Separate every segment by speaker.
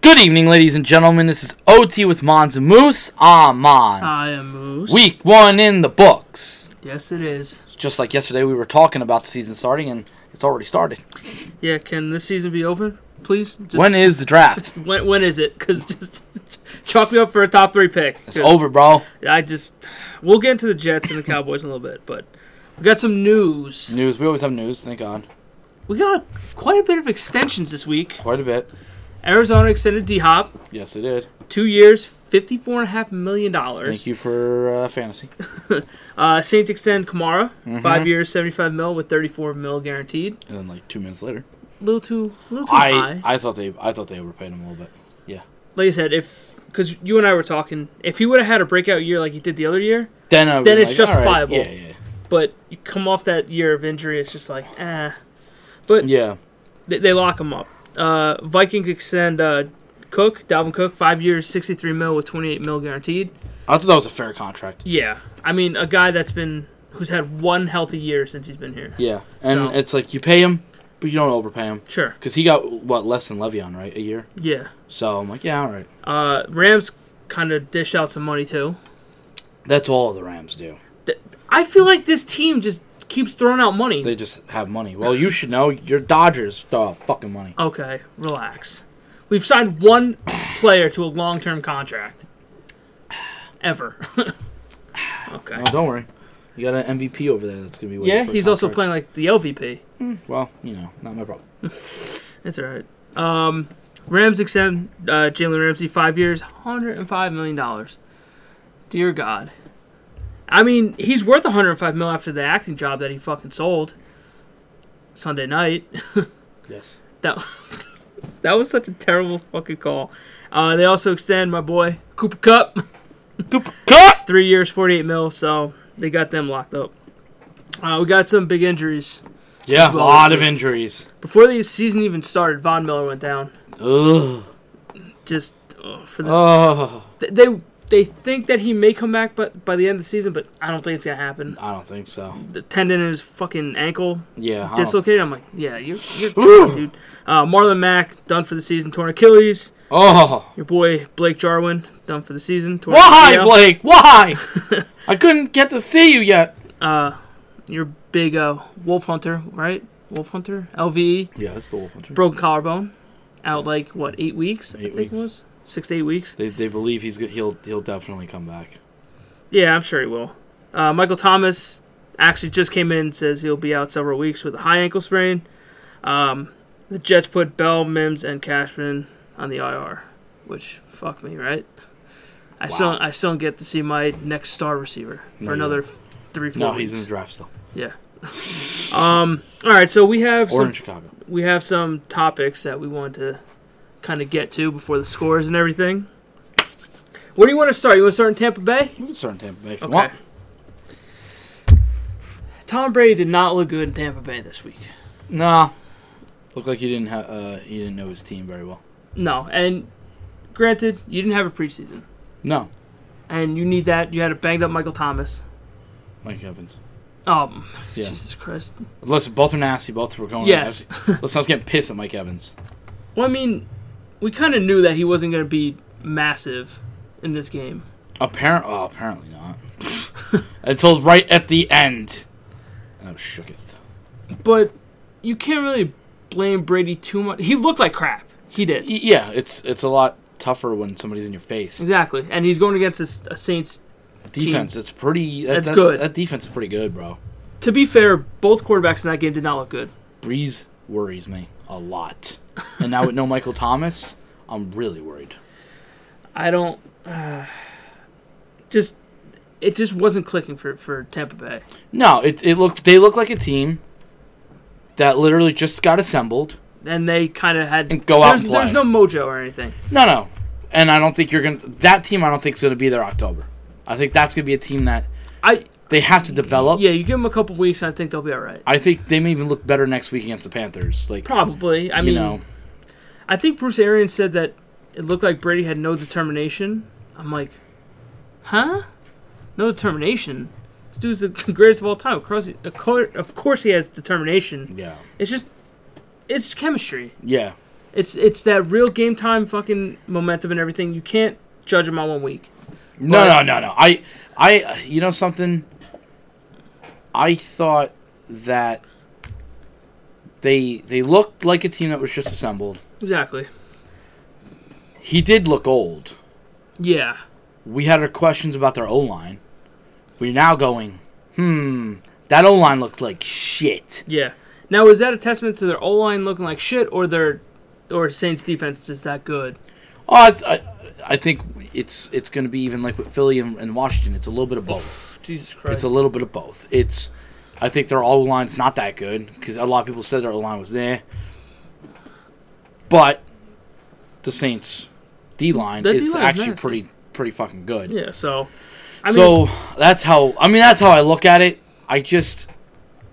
Speaker 1: Good evening, ladies and gentlemen. This is OT with Mons and Moose. Ah, Mons.
Speaker 2: I am Moose.
Speaker 1: Week one in the books.
Speaker 2: Yes, it is.
Speaker 1: It's just like yesterday, we were talking about the season starting, and it's already started.
Speaker 2: Yeah, can this season be over, please? Just,
Speaker 1: when is the draft?
Speaker 2: when, when is it? Because just chalk me up for a top three pick.
Speaker 1: It's over, bro.
Speaker 2: I just we'll get into the Jets and the Cowboys in a little bit, but we got some news.
Speaker 1: News. We always have news. Thank God.
Speaker 2: We got quite a bit of extensions this week.
Speaker 1: Quite a bit.
Speaker 2: Arizona extended D Hop
Speaker 1: Yes, it did.
Speaker 2: two years, fifty-four and a half million dollars.
Speaker 1: Thank you for uh, fantasy.
Speaker 2: Uh, Saints extend Kamara
Speaker 1: Mm-hmm.
Speaker 2: five years, seventy-five mil with thirty-four mil guaranteed.
Speaker 1: And then like two minutes later,
Speaker 2: A little too, a little too high.
Speaker 1: I I thought they I thought they overpaid him a little bit.
Speaker 2: like I said, if because you and I were talking, if he would have had a breakout year like he did the other year,
Speaker 1: Then I
Speaker 2: Then
Speaker 1: was
Speaker 2: it's
Speaker 1: like, all right,
Speaker 2: justifiable.
Speaker 1: yeah, yeah,
Speaker 2: but you come off that year of injury, it's just like, eh. But
Speaker 1: yeah.
Speaker 2: they, they lock him up. Uh, Vikings extend uh, Cook, Dalvin Cook, five years, sixty-three mil with twenty-eight mil guaranteed.
Speaker 1: I thought that was a fair contract.
Speaker 2: Yeah, I mean a guy that's been who's had one healthy year since he's been here.
Speaker 1: Yeah, and
Speaker 2: So-
Speaker 1: it's like you pay him, but you don't overpay him
Speaker 2: Sure.
Speaker 1: because he got what less than Le'Veon, right? A year.
Speaker 2: Yeah.
Speaker 1: So I'm like, yeah, all right.
Speaker 2: Uh, Rams kind of dish out some money too.
Speaker 1: That's all the Rams do.
Speaker 2: I feel like this team just keeps throwing out money.
Speaker 1: They just have money. Well, you should know your Dodgers throw out fucking money.
Speaker 2: Okay, relax. We've signed one player to a long term contract. Ever. okay.
Speaker 1: Oh, don't worry, you got an MVP over there that's gonna be. waiting
Speaker 2: Yeah,
Speaker 1: for a
Speaker 2: he's also
Speaker 1: contract.
Speaker 2: playing like the LVP.
Speaker 1: Well, you know, not my problem.
Speaker 2: That's alright. Um, Rams extend uh, Jalen Ramsey five years, $105 million. Dear God. I mean, he's worth 105 mil after the acting job that he fucking sold Sunday night.
Speaker 1: Yes.
Speaker 2: That that was such a terrible fucking call. Uh, they also extend my boy Cooper Cup
Speaker 1: Cooper Cup.
Speaker 2: three years, forty-eight mil. So they got them locked up. Uh, we got some big injuries
Speaker 1: Yeah, a
Speaker 2: well
Speaker 1: lot
Speaker 2: as
Speaker 1: of
Speaker 2: me.
Speaker 1: injuries.
Speaker 2: before the season even started. Von Miller went down.
Speaker 1: Ugh.
Speaker 2: Just uh, for the
Speaker 1: Oh,
Speaker 2: th they they think that he may come back, but by the end of the season, but I don't think it's gonna happen.
Speaker 1: I don't think so.
Speaker 2: The tendon in his fucking ankle
Speaker 1: Yeah. I don't-
Speaker 2: dislocated. I'm like, yeah, you're, you're
Speaker 1: Ooh.
Speaker 2: dude. Uh, Marlon Mack done for the season, torn Achilles.
Speaker 1: Oh,
Speaker 2: Your boy Blake Jarwin done for the season, torn
Speaker 1: why,
Speaker 2: ACL.
Speaker 1: Blake? Why? I couldn't get to see you yet.
Speaker 2: Uh, your big uh, wolf hunter, right? Wolf hunter, E? LVE.
Speaker 1: Yeah, that's the whole country.
Speaker 2: broken collarbone, out like what eight weeks? I
Speaker 1: Eight
Speaker 2: think it
Speaker 1: weeks.
Speaker 2: was six to eight weeks.
Speaker 1: They, they believe he's go- he'll he'll definitely come back.
Speaker 2: Yeah, I'm sure he will. Uh, Michael Thomas actually just came in and says he'll be out several weeks with a high ankle sprain. Um, the Jets put Bell, Mims, and Cashman on the IR, which fuck me, right? I still
Speaker 1: Wow.
Speaker 2: I still don't get to see my next star receiver for
Speaker 1: No, you
Speaker 2: another f- three four
Speaker 1: No,
Speaker 2: weeks.
Speaker 1: he's in the draft still,
Speaker 2: yeah. um. All right, so we have
Speaker 1: or
Speaker 2: some
Speaker 1: in Chicago.
Speaker 2: we have some topics that we want to kind of get to before the scores and everything. Where do you want to start? You want to start in Tampa Bay?
Speaker 1: We can start in Tampa Bay if you
Speaker 2: Okay.
Speaker 1: want.
Speaker 2: Tom Brady did not look good in Tampa Bay this week.
Speaker 1: Nah, looked like he didn't ha- uh, he didn't know his team very well.
Speaker 2: No, and granted, you didn't have a preseason,
Speaker 1: No,
Speaker 2: and you need that. You had a banged up Michael Thomas.
Speaker 1: Mike Evans.
Speaker 2: Um,
Speaker 1: Yeah.
Speaker 2: Jesus Christ.
Speaker 1: Listen, both are nasty. Both were going.
Speaker 2: Yes.
Speaker 1: Let's not get pissed at Mike Evans.
Speaker 2: Well, I mean, we kind of knew that he wasn't going to be massive in this game.
Speaker 1: Apparent. Oh, apparently not. Until right at the end, and I shook it.
Speaker 2: But you can't really blame Brady too much. He looked like crap. He did.
Speaker 1: Y- yeah, it's it's a lot tougher when somebody's in your face.
Speaker 2: Exactly, and he's going against a, s- a Saints.
Speaker 1: Defense. It's pretty. That,
Speaker 2: That's
Speaker 1: that-
Speaker 2: good.
Speaker 1: That defense is pretty good, bro.
Speaker 2: To be fair, both quarterbacks in that game did not look good.
Speaker 1: Breeze worries me a lot, and now with no Michael Thomas, I'm really worried.
Speaker 2: I don't. Uh, just it just wasn't clicking for for Tampa Bay.
Speaker 1: No, it it looked they look like a team that literally just got assembled.
Speaker 2: And they kind of had
Speaker 1: And go out
Speaker 2: There's,
Speaker 1: and play.
Speaker 2: there's no mojo or anything.
Speaker 1: No, no, and I don't think you're gonna that team. I don't think is gonna be there October. I think that's gonna be a team that
Speaker 2: I
Speaker 1: they have to develop.
Speaker 2: yeah, you give them a couple weeks, and I think they'll be all right.
Speaker 1: I think they may even look better next week against the Panthers. Like
Speaker 2: Probably. I
Speaker 1: you
Speaker 2: mean,
Speaker 1: know,
Speaker 2: I think Bruce Arians said that it looked like Brady had no determination. I'm like, huh? No determination. This dude's the greatest of all time. Of course, he- of cour- of course he has determination.
Speaker 1: yeah,
Speaker 2: It's just, it's chemistry.
Speaker 1: yeah.
Speaker 2: It's it's that real game time fucking momentum and everything. You can't judge him on one week.
Speaker 1: No, no,
Speaker 2: But-
Speaker 1: no, no. I, I, you know something. I thought that they they looked like a team that was just assembled.
Speaker 2: Exactly.
Speaker 1: He did look old.
Speaker 2: Yeah.
Speaker 1: We had our questions about their O line. We're now going, hmm, that O line looked like shit.
Speaker 2: Yeah. Now is that a testament to their O line looking like shit or their or Saints defense is that good?
Speaker 1: Oh, I, th- I, I think it's it's going to be even like with Philly and, and Washington. It's a little bit of both.
Speaker 2: Jesus Christ.
Speaker 1: It's a little bit of both. It's, I think their O line's not that good because a lot of people said their O line was there, but the Saints' D line
Speaker 2: Their
Speaker 1: is
Speaker 2: D-line's
Speaker 1: actually
Speaker 2: nasty.
Speaker 1: pretty pretty fucking good.
Speaker 2: yeah, so I mean
Speaker 1: so that's how I mean that's how I look at it. I just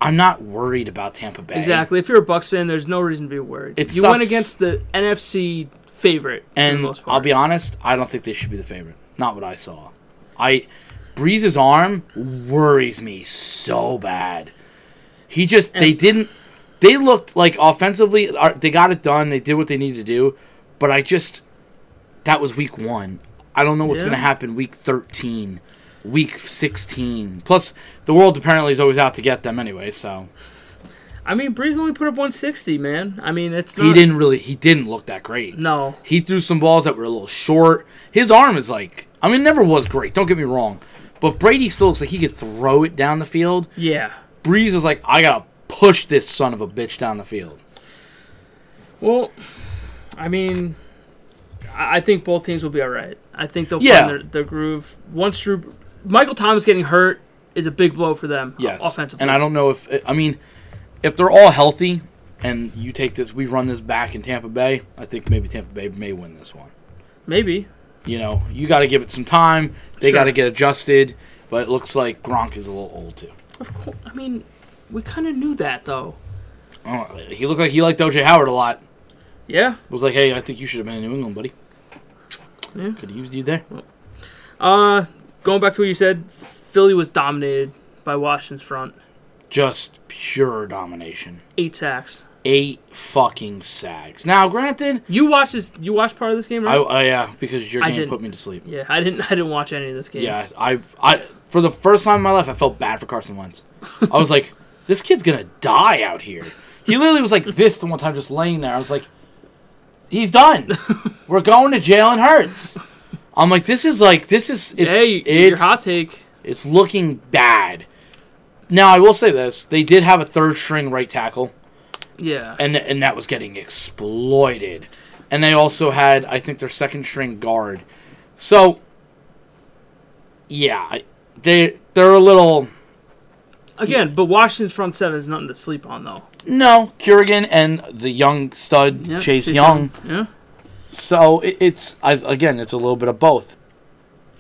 Speaker 1: I'm not worried about Tampa Bay
Speaker 2: exactly. If you're a Bucks fan, there's no reason to be worried.
Speaker 1: It
Speaker 2: you went
Speaker 1: sucks.
Speaker 2: against the NFC favorite for the
Speaker 1: and
Speaker 2: most part.
Speaker 1: I'll be honest, I don't think they should be the favorite. Not what I saw. I Breeze's arm worries me so bad. He just they
Speaker 2: And-
Speaker 1: didn't they looked like offensively uh, they got it done. They did what they needed to do, but I just that was week 1. I don't know what's
Speaker 2: Yeah.
Speaker 1: going to happen week 13, week 16. Plus the world apparently is always out to get them anyway, so
Speaker 2: I mean Breeze only put up one sixty, man. I mean it's not
Speaker 1: he didn't really he didn't look that great.
Speaker 2: Uh, No.
Speaker 1: He threw some balls that were a little short. His arm is like, I mean, never was great. Don't get me wrong, but Brady still looks like he could throw it down the field.
Speaker 2: Yeah.
Speaker 1: Breeze is like, I gotta push this son of a bitch down the field.
Speaker 2: Well, I mean, I I think both teams will be all right. I think they'll
Speaker 1: Yeah.
Speaker 2: find their, their groove once Drew Michael Thomas getting hurt is a big blow for them.
Speaker 1: Yes,
Speaker 2: offensively.
Speaker 1: And I don't know if I mean, if they're all healthy and you take this, we run this back in Tampa Bay. I think maybe Tampa Bay may win this one.
Speaker 2: maybe
Speaker 1: You know, you got to give it some time. They
Speaker 2: Sure.
Speaker 1: got to get adjusted. But it looks like Gronk is a little old too.
Speaker 2: of course. I mean, we kind of knew that though.
Speaker 1: Oh, he looked like he liked OJ Howard a lot.
Speaker 2: Yeah.
Speaker 1: was like, hey, I think you should have been in New England, buddy.
Speaker 2: Yeah.
Speaker 1: Could have used you there.
Speaker 2: Uh, going back to what you said, Philly was dominated by Washington's front.
Speaker 1: Just pure domination.
Speaker 2: Eight sacks.
Speaker 1: Eight fucking sacks. Now, granted,
Speaker 2: You watched this? You watched part of this game,
Speaker 1: I,
Speaker 2: right?
Speaker 1: I yeah, because your
Speaker 2: I
Speaker 1: game
Speaker 2: didn't.
Speaker 1: put me to sleep.
Speaker 2: yeah, I didn't. I didn't watch any of this game.
Speaker 1: Yeah, I, I, for the first time in my life, I felt bad for Carson Wentz. I was like, this kid's gonna die out here. He literally was like this the one time, just laying there. I was like, he's done. We're going to Jalen Hurts. I'm like, this is like, this is it's
Speaker 2: hey, your
Speaker 1: it's
Speaker 2: hot take.
Speaker 1: It's looking bad. Now I will say this: they did have a third string right tackle,
Speaker 2: Yeah.
Speaker 1: and and that was getting exploited. And they also had, I think, their second string guard. So, yeah, I- they they're a little
Speaker 2: Again, but Washington's front seven is nothing to sleep on, though.
Speaker 1: no Kerrigan and the young stud
Speaker 2: Yeah,
Speaker 1: Chase Young.
Speaker 2: Yeah.
Speaker 1: So it, it's I, again, it's a little bit of both.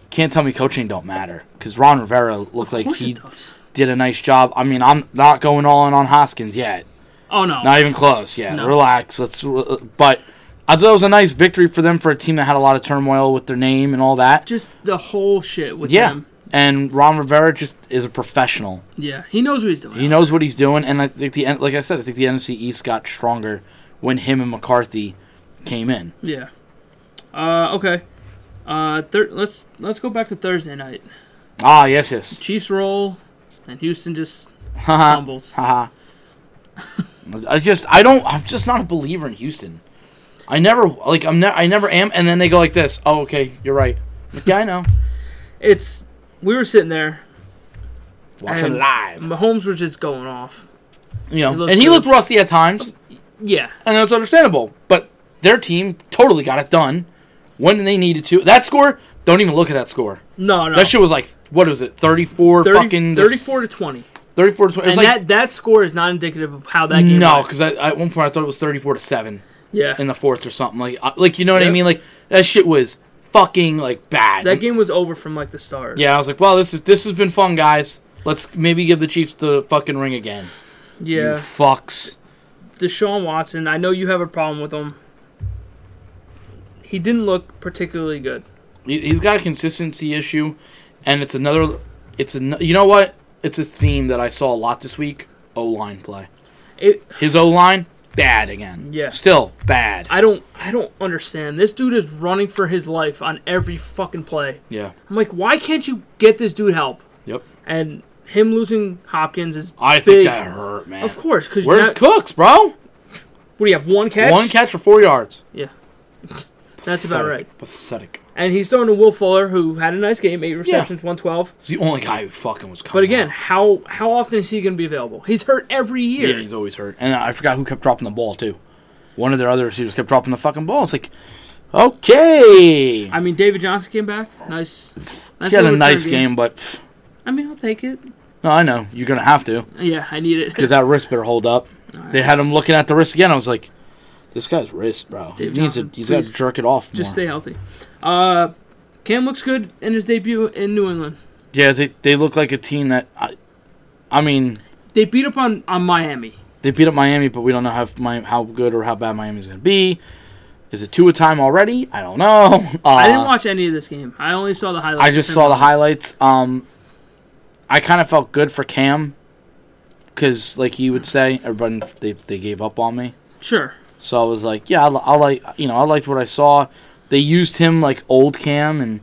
Speaker 1: Can't tell me coaching don't matter because Ron Rivera looked like
Speaker 2: course
Speaker 1: he
Speaker 2: it does.
Speaker 1: did a nice job. I mean, I'm not going all in on Hoskins yet.
Speaker 2: Oh no.
Speaker 1: Not even close. Yeah,
Speaker 2: No.
Speaker 1: relax. Let's. uh, But I thought it was a nice victory for them for a team that had a lot of turmoil with their name and all that.
Speaker 2: just the whole shit with
Speaker 1: Yeah,
Speaker 2: him.
Speaker 1: and Ron Rivera just is a professional.
Speaker 2: Yeah. He knows what he's doing.
Speaker 1: He knows what he's doing, and I think the like I said, I think the NFC East got stronger when him and McCarthy came in.
Speaker 2: Yeah. Uh, okay. Uh, thir- let's let's go back to Thursday night.
Speaker 1: Ah, yes, yes.
Speaker 2: Chiefs roll, and Houston just
Speaker 1: Haha.
Speaker 2: stumbles.
Speaker 1: Haha. I just I don't I'm just not a believer in Houston. I never like I'm ne- I never am, and then they go like this. Oh, okay, you're right. Yeah, I know.
Speaker 2: It's we were sitting there.
Speaker 1: Watch it
Speaker 2: And-
Speaker 1: live.
Speaker 2: Mahomes was just going off.
Speaker 1: You know,
Speaker 2: He looked
Speaker 1: and he
Speaker 2: good.
Speaker 1: looked rusty at times,
Speaker 2: Yeah.
Speaker 1: and that's understandable. But their team totally got it done when they needed to. That score, don't even look at that score.
Speaker 2: No. No.
Speaker 1: That shit was like, what was it, 34
Speaker 2: 30
Speaker 1: fucking...
Speaker 2: 34 to 20.
Speaker 1: 34 to 20. It was
Speaker 2: And
Speaker 1: like,
Speaker 2: that that score is not indicative of how that game
Speaker 1: no,
Speaker 2: went.
Speaker 1: because at one point I thought it was 34 to 7
Speaker 2: Yeah.
Speaker 1: in the fourth or something. Like, I- like you know what I
Speaker 2: Yep.
Speaker 1: mean? Like, that shit was fucking, like, bad.
Speaker 2: that game was over from like the start.
Speaker 1: Yeah, I was like, well, this is this has been fun, guys. Let's maybe give the Chiefs the fucking ring again. You
Speaker 2: Yeah.
Speaker 1: fucks.
Speaker 2: Deshaun Watson, I know you have a problem with him. He didn't look particularly good.
Speaker 1: He- He's got a consistency issue, and it's another. It's an, You know what? It's a theme that I saw a lot this week. O line play.
Speaker 2: It
Speaker 1: His O line bad again.
Speaker 2: Yeah.
Speaker 1: Still bad.
Speaker 2: I don't I don't understand. This dude is running for his life on every fucking play.
Speaker 1: yeah.
Speaker 2: I'm like, why can't you get this dude help?
Speaker 1: Yep.
Speaker 2: And him losing Hopkins is
Speaker 1: I
Speaker 2: big.
Speaker 1: think that hurt, man.
Speaker 2: Of course, because
Speaker 1: Where's
Speaker 2: what
Speaker 1: Cooks, bro?
Speaker 2: do you have? One catch.
Speaker 1: One catch for four yards.
Speaker 2: Yeah, that's about
Speaker 1: Pathetic.
Speaker 2: right.
Speaker 1: Pathetic.
Speaker 2: And he's throwing to Will Fuller, who had a nice game, eight receptions, one twelve.
Speaker 1: He's the only guy who fucking was coming.
Speaker 2: But again, how how often is he going to be available? He's hurt every
Speaker 1: Yeah,
Speaker 2: year.
Speaker 1: he's always hurt. And I forgot who kept dropping the ball too. One of their other receivers kept dropping the fucking ball. It's like, okay,
Speaker 2: I mean, David Johnson came back. Nice. nice
Speaker 1: he had a
Speaker 2: little
Speaker 1: nice
Speaker 2: return
Speaker 1: game, but
Speaker 2: I mean, I'll take it.
Speaker 1: no, I know you're gonna have to
Speaker 2: Yeah, I need it.
Speaker 1: because that wrist better hold up. They had him looking at the wrist again. I was like, this guy's wrist, bro.
Speaker 2: Dave
Speaker 1: he needs
Speaker 2: Johnson,
Speaker 1: to. He's got
Speaker 2: please.
Speaker 1: to jerk it off.
Speaker 2: Just
Speaker 1: more.
Speaker 2: stay healthy. Uh, Cam looks good in his debut in New England.
Speaker 1: Yeah, they they look like a team that. I, I mean,
Speaker 2: They beat up on on Miami.
Speaker 1: they beat up Miami, but we don't know how if Mi- how good or how bad Miami's gonna be. Is it two a time already? I don't know. Uh,
Speaker 2: I didn't watch any of this game. I only saw the highlights.
Speaker 1: I just saw the highlights. Um, I kind of felt good for Cam because, like he would say, everybody they they gave up on me.
Speaker 2: Sure.
Speaker 1: So I was like, yeah, I, li- I like you know I liked what I saw. They used him like old Cam, and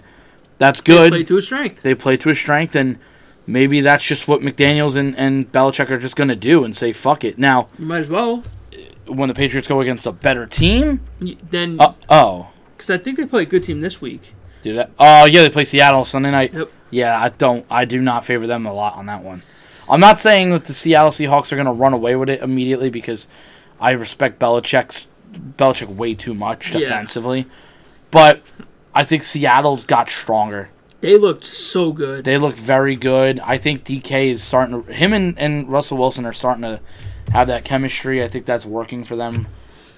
Speaker 1: that's good.
Speaker 2: Play to his strength.
Speaker 1: They play to his strength, and maybe that's just what McDaniel's and and Belichick are just gonna do and say fuck it. Now,
Speaker 2: You might as well.
Speaker 1: when the Patriots go against a better team,
Speaker 2: Y- Then,
Speaker 1: uh, oh,
Speaker 2: because I think they play a good team this week.
Speaker 1: do that. Oh yeah, they play Seattle Sunday night.
Speaker 2: Yep.
Speaker 1: Yeah, I don't. I do not favor them a lot on that one. I'm not saying that the Seattle Seahawks are going to run away with it immediately because I respect Belichick's Belichick way too much
Speaker 2: Yeah.
Speaker 1: defensively, but I think Seattle got stronger.
Speaker 2: They looked so good.
Speaker 1: They look very good. I think DK is starting to him and, and Russell Wilson are starting to have that chemistry. I think that's working for them.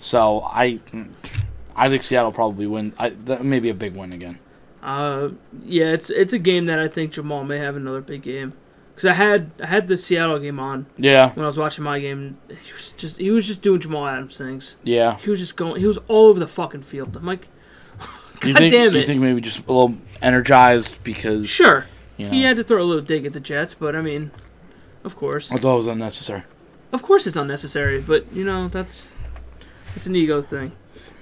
Speaker 1: So I, I think Seattle probably win. I, that may be a big win again.
Speaker 2: Uh, yeah, it's it's a game that I think Jamal may have another big game. Because I had I had the Seattle game on
Speaker 1: Yeah,
Speaker 2: when I was watching my game. He was just he was just doing Jamal Adams things.
Speaker 1: yeah.
Speaker 2: He was just going. He was all over the fucking field. I'm like,
Speaker 1: You
Speaker 2: God
Speaker 1: think,
Speaker 2: damn
Speaker 1: You
Speaker 2: it.
Speaker 1: think maybe just a little energized because
Speaker 2: sure,
Speaker 1: you know,
Speaker 2: he had to throw a little dig at the Jets, but I mean, of course,
Speaker 1: although it was unnecessary.
Speaker 2: of course, it's unnecessary. But you know, that's it's an ego thing.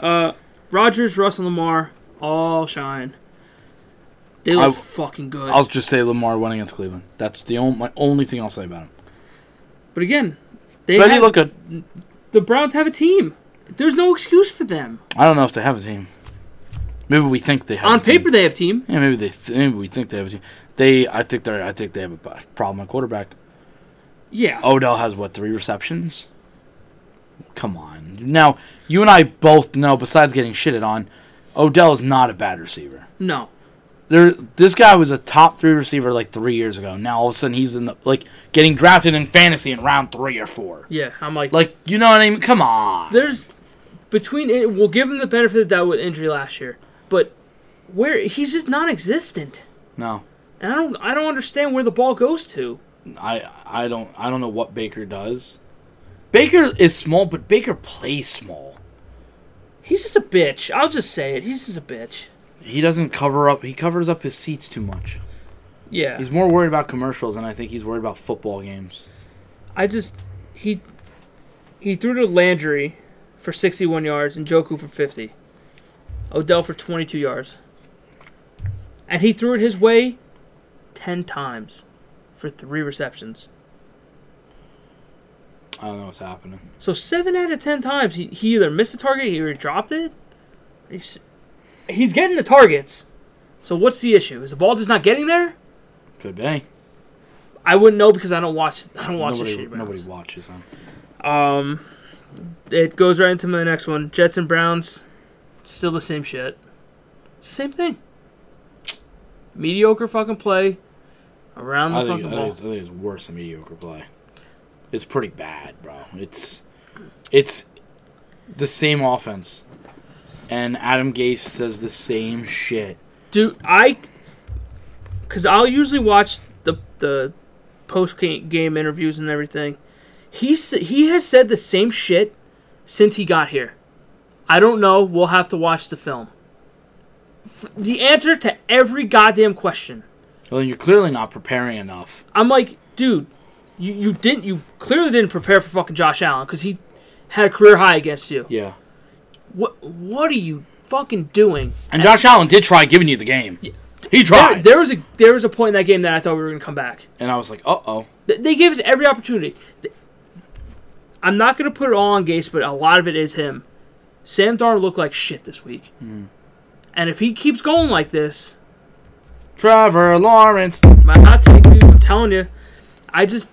Speaker 2: Uh, Rogers, Russell, Lamar, all shine. They
Speaker 1: I-
Speaker 2: look fucking good.
Speaker 1: I'll just say Lamar went against Cleveland. That's the only my only thing I'll say about him.
Speaker 2: but again, they
Speaker 1: But he
Speaker 2: have-
Speaker 1: looked good.
Speaker 2: the Browns have a team. There's no excuse for them.
Speaker 1: I don't know if they have a team. Maybe we think they have
Speaker 2: On
Speaker 1: a team.
Speaker 2: paper, they have team.
Speaker 1: Yeah, maybe they th- maybe we think they have a team. They I think they I think they have a bu- problem at quarterback.
Speaker 2: Yeah.
Speaker 1: Odell has what three receptions? Come on. Now you and I both know. Besides getting shitted on, Odell is not a bad receiver.
Speaker 2: No.
Speaker 1: there this guy was a top three receiver like three years ago. Now all of a sudden he's in the like getting drafted in fantasy in round three or four.
Speaker 2: Yeah. I'm like,
Speaker 1: Like you know what I mean? Come on.
Speaker 2: there's between it. We'll give him the benefit of the doubt with injury last year, but where he's just non-existent,
Speaker 1: No,
Speaker 2: and I don't, I don't understand where the ball goes to.
Speaker 1: I I don't I don't know what Baker does. Baker is small, but Baker plays small.
Speaker 2: He's just a bitch. I'll just say it. He's just a bitch.
Speaker 1: He doesn't cover up. He covers up his seats too much.
Speaker 2: Yeah.
Speaker 1: He's more worried about commercials, and I think he's worried about football games.
Speaker 2: I just he he threw to Landry for 61 yards and Joku for 50. Odell for 22 yards. And he threw it his way 10 times for 3 receptions.
Speaker 1: I don't know what's happening.
Speaker 2: So 7 out of 10 times he, he either missed the target, he either dropped it. He's, he's getting the targets. So what's the issue? Is the ball just not getting there?
Speaker 1: Could be.
Speaker 2: I wouldn't know because I don't watch I don't watch the
Speaker 1: Nobody,
Speaker 2: shitty Browns.
Speaker 1: nobody watches him.
Speaker 2: Um, it goes right into my next one. Jets and Browns, still the same shit. It's the same thing. Mediocre fucking play around the
Speaker 1: I think,
Speaker 2: fucking
Speaker 1: I,
Speaker 2: ball.
Speaker 1: think it's, I think it's worse than mediocre play. It's pretty bad, bro. It's it's the same offense, and Adam Gase says the same shit.
Speaker 2: Dude, I, cause I'll usually watch the the post game interviews and everything. He s- he has said the same shit since he got here. I don't know. We'll have to watch the film. F- the answer to every goddamn question.
Speaker 1: Well, you're clearly not preparing enough.
Speaker 2: I'm like, dude, you, you didn't you clearly didn't prepare for fucking Josh Allen because he had a career high against you.
Speaker 1: Yeah.
Speaker 2: What what are you fucking doing?
Speaker 1: And Josh Allen did try giving you the game. He
Speaker 2: There,
Speaker 1: tried.
Speaker 2: there was a there was a point in that game that I thought we were going to come back.
Speaker 1: and I was like, uh oh.
Speaker 2: Th- They gave us every opportunity. Th- I'm not going to put it all on Gase, but a lot of it is him. Sam Darnold looked like shit this week,
Speaker 1: Hmm.
Speaker 2: and if he keeps going like this,
Speaker 1: Trevor Lawrence.
Speaker 2: My hot take, dude. I'm telling you, I just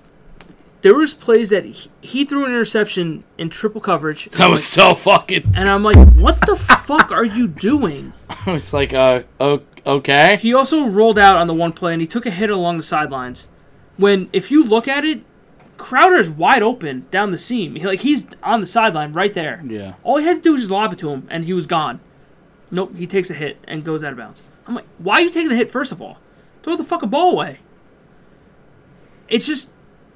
Speaker 2: there was plays that he, he threw an interception in triple coverage,
Speaker 1: That was so fucking.
Speaker 2: and I'm like, what the fuck are you doing?
Speaker 1: it's like, uh, o- okay.
Speaker 2: He also rolled out on the one play, and he took a hit along the sidelines. When if you look at it, Crowder is wide open down the seam. He, like he's on the sideline right there.
Speaker 1: Yeah.
Speaker 2: All he had to do was just lob it to him, and he was gone. Nope, he takes a hit and goes out of bounds. I'm like, why are you taking the hit first of all? Throw the fucking ball away. It's just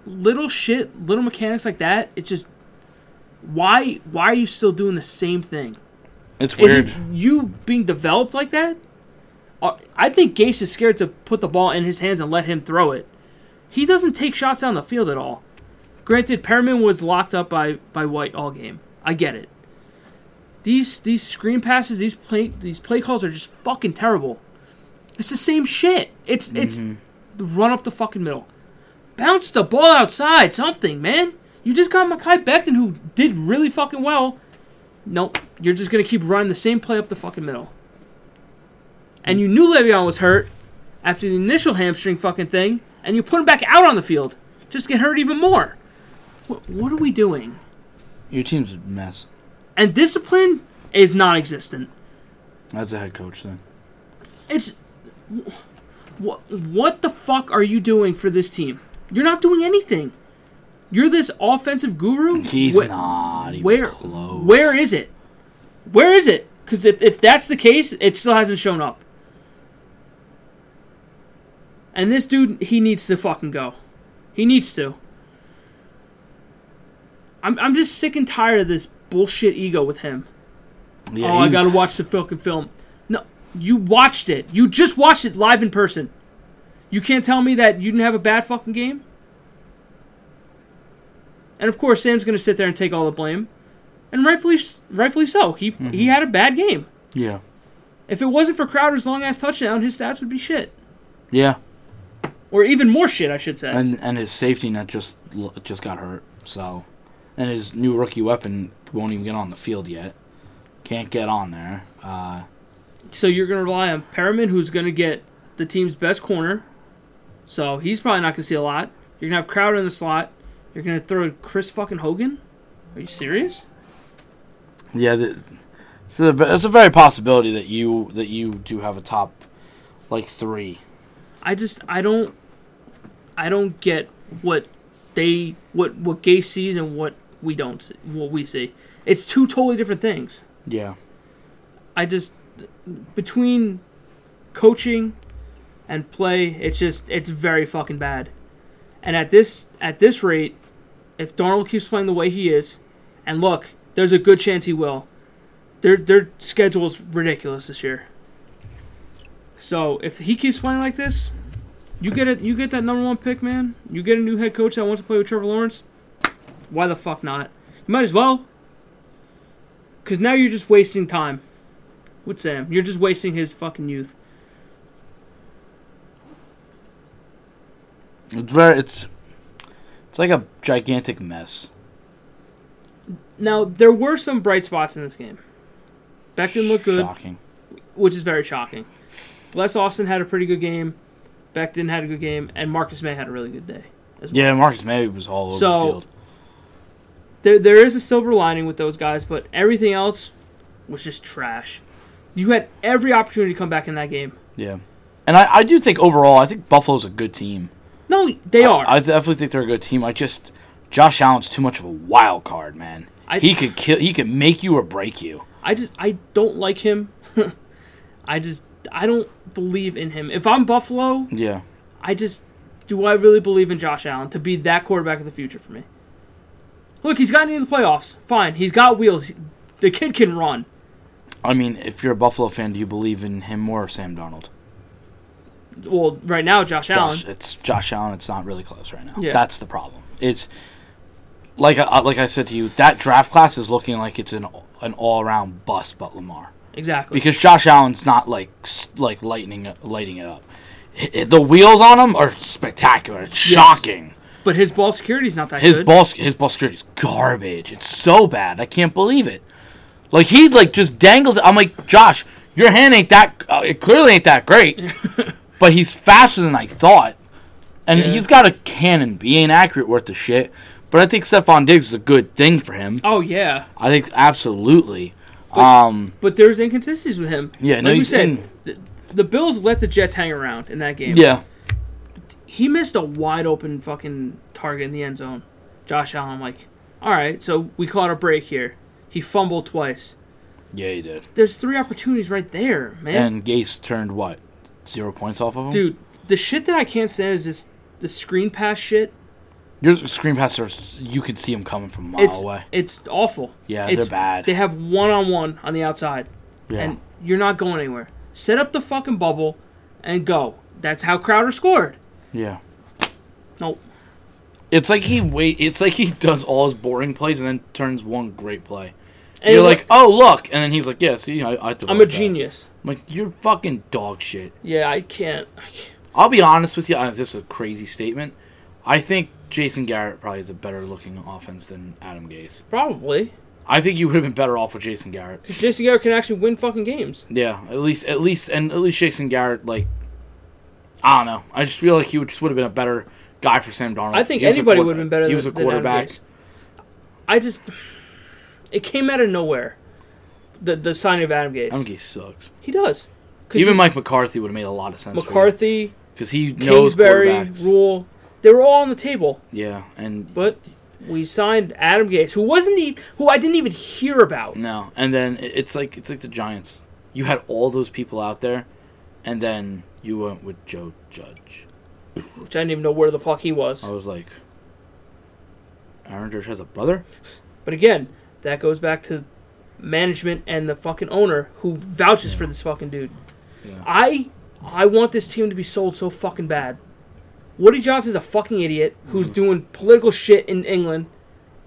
Speaker 2: little shit, little mechanics like that. It's just why why are you still doing the same thing?
Speaker 1: It's
Speaker 2: Is
Speaker 1: weird.
Speaker 2: it you being developed like that? Uh, I think Gase is scared to put the ball in his hands and let him throw it. He doesn't take shots down the field at all. Granted, Perriman was locked up by, by White all game. I get it. These these screen passes, these play these play calls are just fucking terrible. It's the same shit. It's it's run up the fucking middle. Bounce the ball outside, something, man. You just got Makai Becton who did really fucking well. Nope. You're just gonna keep running the same play up the fucking middle. And you knew Le'Veon was hurt after the initial hamstring fucking thing, and you put him back out on the field. Just get hurt even more. What, what are we doing?
Speaker 1: Your team's a mess.
Speaker 2: And discipline is non existent.
Speaker 1: That's a head coach thing.
Speaker 2: It's. What, what the fuck are you doing for this team? You're not doing anything. You're this offensive guru.
Speaker 1: He's
Speaker 2: Wh-
Speaker 1: not even
Speaker 2: Where?
Speaker 1: close.
Speaker 2: Where is it? Where is it? Because if, if that's the case, it still hasn't shown up. And this dude, he needs to fucking go. He needs to. I'm, I'm just sick and tired of this bullshit ego with him.
Speaker 1: Yeah,
Speaker 2: oh, I
Speaker 1: he's-
Speaker 2: gotta watch the fucking film. No, you watched it. You just watched it live in person. You can't tell me that you didn't have a bad fucking game? And of course, Sam's gonna sit there and take all the blame, and rightfully, rightfully so. He
Speaker 1: Mm-hmm.
Speaker 2: he had a bad game.
Speaker 1: Yeah.
Speaker 2: If it wasn't for Crowder's long ass touchdown, his stats would be shit,
Speaker 1: Yeah.
Speaker 2: or even more shit, I should say.
Speaker 1: And and his safety net just l- just got hurt. So, and his new rookie weapon won't even get on the field yet. Can't get on there. Uh,
Speaker 2: so you're gonna rely on Perriman, who's gonna get the team's best corner. So he's probably not gonna see a lot. You're gonna have Crowder in the slot. You're gonna throw Chris fucking Hogan. Are you serious?
Speaker 1: yeah, the, it's, a, it's a very possibility that you that you do have a top like three.
Speaker 2: I just I don't I don't get what they what what Gay sees and what we don't see, what we see. It's two totally different things.
Speaker 1: Yeah.
Speaker 2: I just between coaching and play, it's just it's very fucking bad. And at this at this rate, if Darnold keeps playing the way he is, and look, there's a good chance he will. Their their schedule's ridiculous this year. So if he keeps playing like this, you get it. You get that number one pick, man. You get a new head coach that wants to play with Trevor Lawrence. Why the fuck not? You might as well. Cause now you're just wasting time with Sam. You're just wasting his fucking youth.
Speaker 1: It's very it's it's like a gigantic mess.
Speaker 2: Now there were some bright spots in this game. Becton looked good,
Speaker 1: Shocking.
Speaker 2: which is very shocking. Les Austin had a pretty good game. Becton had a good game, and Marcus May had a really good day.
Speaker 1: Yeah, Marcus May was all over
Speaker 2: So-
Speaker 1: the field.
Speaker 2: There, there is a silver lining with those guys, but everything else was just trash. You had every opportunity to come back in that game.
Speaker 1: Yeah. And I, I do think overall, I think Buffalo's a good team.
Speaker 2: No, they are.
Speaker 1: I definitely think they're a good team. I just Josh Allen's too much of a wild card, man.
Speaker 2: I-
Speaker 1: he could kill. He could make you or break you.
Speaker 2: I just I don't like him. I just I don't believe in him. If I'm Buffalo,
Speaker 1: Yeah.
Speaker 2: I just do I really believe in Josh Allen to be that quarterback of the future for me? Look, he's gotten into the playoffs. Fine, he's got wheels. The kid can run.
Speaker 1: I mean, if you're a Buffalo fan, do you believe in him or Sam Donald?
Speaker 2: Well, right now Josh Allen.
Speaker 1: Josh, it's Josh Allen. It's not really close right now.
Speaker 2: Yeah.
Speaker 1: That's the problem. It's like I, like I said to you, that draft class is looking like it's an an all around bust, but Lamar
Speaker 2: Exactly.
Speaker 1: because Josh Allen's not like s- like lightning lighting it up. H- h- The wheels on him are spectacular. It's shocking.
Speaker 2: but his ball security's not that
Speaker 1: His
Speaker 2: good.
Speaker 1: ball his ball security is garbage. It's so bad. I can't believe it. Like he like just dangles. it. I'm like Josh, your hand ain't that. Uh, it clearly ain't that great. but he's faster than I thought, and
Speaker 2: Yeah.
Speaker 1: he's got a cannon. but He ain't accurate worth the shit. But I think Stephon Diggs is a good thing for him.
Speaker 2: oh yeah,
Speaker 1: I think absolutely. Um,
Speaker 2: but there's inconsistencies with him.
Speaker 1: Yeah,
Speaker 2: like
Speaker 1: no,
Speaker 2: we
Speaker 1: he's
Speaker 2: said,
Speaker 1: in.
Speaker 2: th- the Bills let the Jets hang around in that game.
Speaker 1: yeah,
Speaker 2: he missed a wide open fucking target in the end zone. Josh Allen, like, all right, so we caught a break here. He fumbled twice.
Speaker 1: yeah, he did.
Speaker 2: There's three opportunities right there, man.
Speaker 1: And Gase turned what zero points off of him.
Speaker 2: Dude, the shit that I can't stand is this the screen pass shit.
Speaker 1: your screen passers, you could see him coming from a mile
Speaker 2: It's
Speaker 1: away.
Speaker 2: it's awful.
Speaker 1: Oh, Yeah, they're
Speaker 2: it's,
Speaker 1: bad.
Speaker 2: They have one on one on the outside,
Speaker 1: Yeah.
Speaker 2: and you're not going anywhere. Set up the fucking bubble and go. That's how Crowder scored.
Speaker 1: yeah.
Speaker 2: Nope.
Speaker 1: It's like he wait. It's like he does all his boring plays and then turns one great play.
Speaker 2: And
Speaker 1: you're
Speaker 2: look,
Speaker 1: like, oh look, and then he's like, yeah, see, I, I thought
Speaker 2: I'm a
Speaker 1: about that."
Speaker 2: genius.
Speaker 1: I'm like you're fucking dog shit.
Speaker 2: Yeah, I can't. I can't.
Speaker 1: I'll be honest with you. I, this is a crazy statement. I think Jason Garrett probably is a better looking offense than Adam Gase.
Speaker 2: Probably.
Speaker 1: I think you would have been better off with Jason Garrett.
Speaker 2: Jason Garrett can actually win fucking games.
Speaker 1: Yeah, at least at least and at least Jason Garrett like I don't know. I just feel like he would, just would have been a better guy for Sam Darnold.
Speaker 2: I think
Speaker 1: He was a
Speaker 2: anybody
Speaker 1: quarter-
Speaker 2: would have been better.
Speaker 1: He
Speaker 2: than-
Speaker 1: was a
Speaker 2: than
Speaker 1: quarterback.
Speaker 2: Adam Gase. I just, it came out of nowhere. The the signing of Adam Gates.
Speaker 1: Adam Gase sucks.
Speaker 2: He does. 'Cause
Speaker 1: Even
Speaker 2: he-
Speaker 1: Mike McCarthy would have made a lot of sense.
Speaker 2: McCarthy,
Speaker 1: because he knows
Speaker 2: Kingsbury,
Speaker 1: quarterbacks.
Speaker 2: Rule, they were all on the table.
Speaker 1: Yeah, and
Speaker 2: But we signed Adam Gates, who wasn't even, who I didn't even hear about.
Speaker 1: no, and then it- it's like it's like the Giants. You had all those people out there, and then you went with Joe Judge.
Speaker 2: Which I didn't even know where the fuck he was.
Speaker 1: I was like, Aaron Judge has a brother.
Speaker 2: But again, that goes back to management and the fucking owner who vouches for this fucking dude.
Speaker 1: Yeah.
Speaker 2: I I want this team to be sold so fucking bad. Woody Johnson's a fucking idiot
Speaker 1: Mm.
Speaker 2: who's doing political shit in England,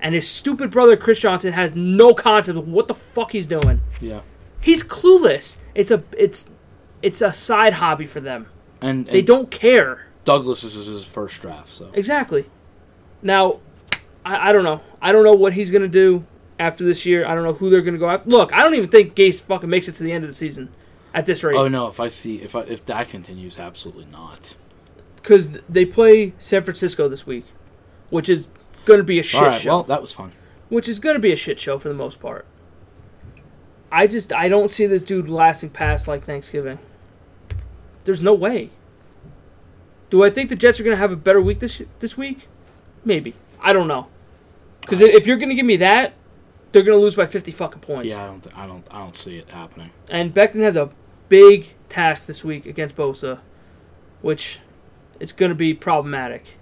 Speaker 2: and his stupid brother Chris Johnson has no concept of what the fuck he's doing.
Speaker 1: Yeah,
Speaker 2: He's clueless. It's a it's it's a side hobby for them.
Speaker 1: and, and
Speaker 2: They don't care.
Speaker 1: Douglas is his first draft, so
Speaker 2: Exactly. Now, I, I don't know. I don't know what he's gonna do after this year. I don't know who they're gonna go after. Look, I don't even think Gase fucking makes it to the end of the season at this
Speaker 1: Oh
Speaker 2: rate
Speaker 1: no! If I see if I, if that continues, absolutely not.
Speaker 2: because they play San Francisco this week, which is gonna be a shit
Speaker 1: All right.
Speaker 2: show.
Speaker 1: Well, that was fun.
Speaker 2: which is gonna be a shit show for the most part. I just I don't see this dude lasting past like Thanksgiving. There's no way. Do I think the Jets are gonna have a better week this this week? Maybe. I don't know. Because if you're gonna give me that, they're gonna lose by 50 fucking points.
Speaker 1: Yeah, I don't. Th- I don't. I don't see it happening.
Speaker 2: And Beckton has a big task this week against Bosa, which is gonna be problematic.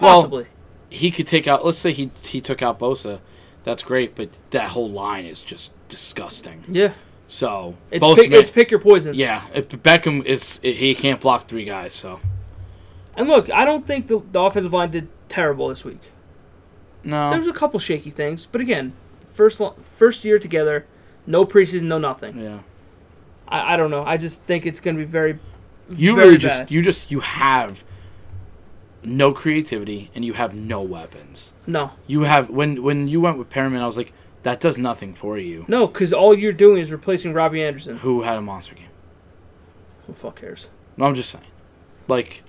Speaker 1: Well-
Speaker 2: Possibly.
Speaker 1: He could take out. Let's say he he took out Bosa. That's great, but that whole line is just disgusting.
Speaker 2: yeah.
Speaker 1: So
Speaker 2: It's
Speaker 1: Bosa,
Speaker 2: pick,
Speaker 1: may-
Speaker 2: it's pick your poison.
Speaker 1: yeah, it, Beckham is he can't block three guys. So
Speaker 2: And look, I don't think the, the offensive line did terrible this week.
Speaker 1: no,
Speaker 2: There was a couple shaky things, but again, first lo- first year together, no preseason, no nothing.
Speaker 1: yeah.
Speaker 2: I, I don't know. I just think it's going to be very.
Speaker 1: You
Speaker 2: very
Speaker 1: really just
Speaker 2: bad.
Speaker 1: you just you have no creativity and you have no weapons.
Speaker 2: No,
Speaker 1: You have when when you went with Perriman, I was like, that does nothing for you.
Speaker 2: no, because all you're doing is replacing Robbie Anderson.
Speaker 1: Who had a monster game?
Speaker 2: Who the fuck cares?
Speaker 1: No, I'm just saying. Like,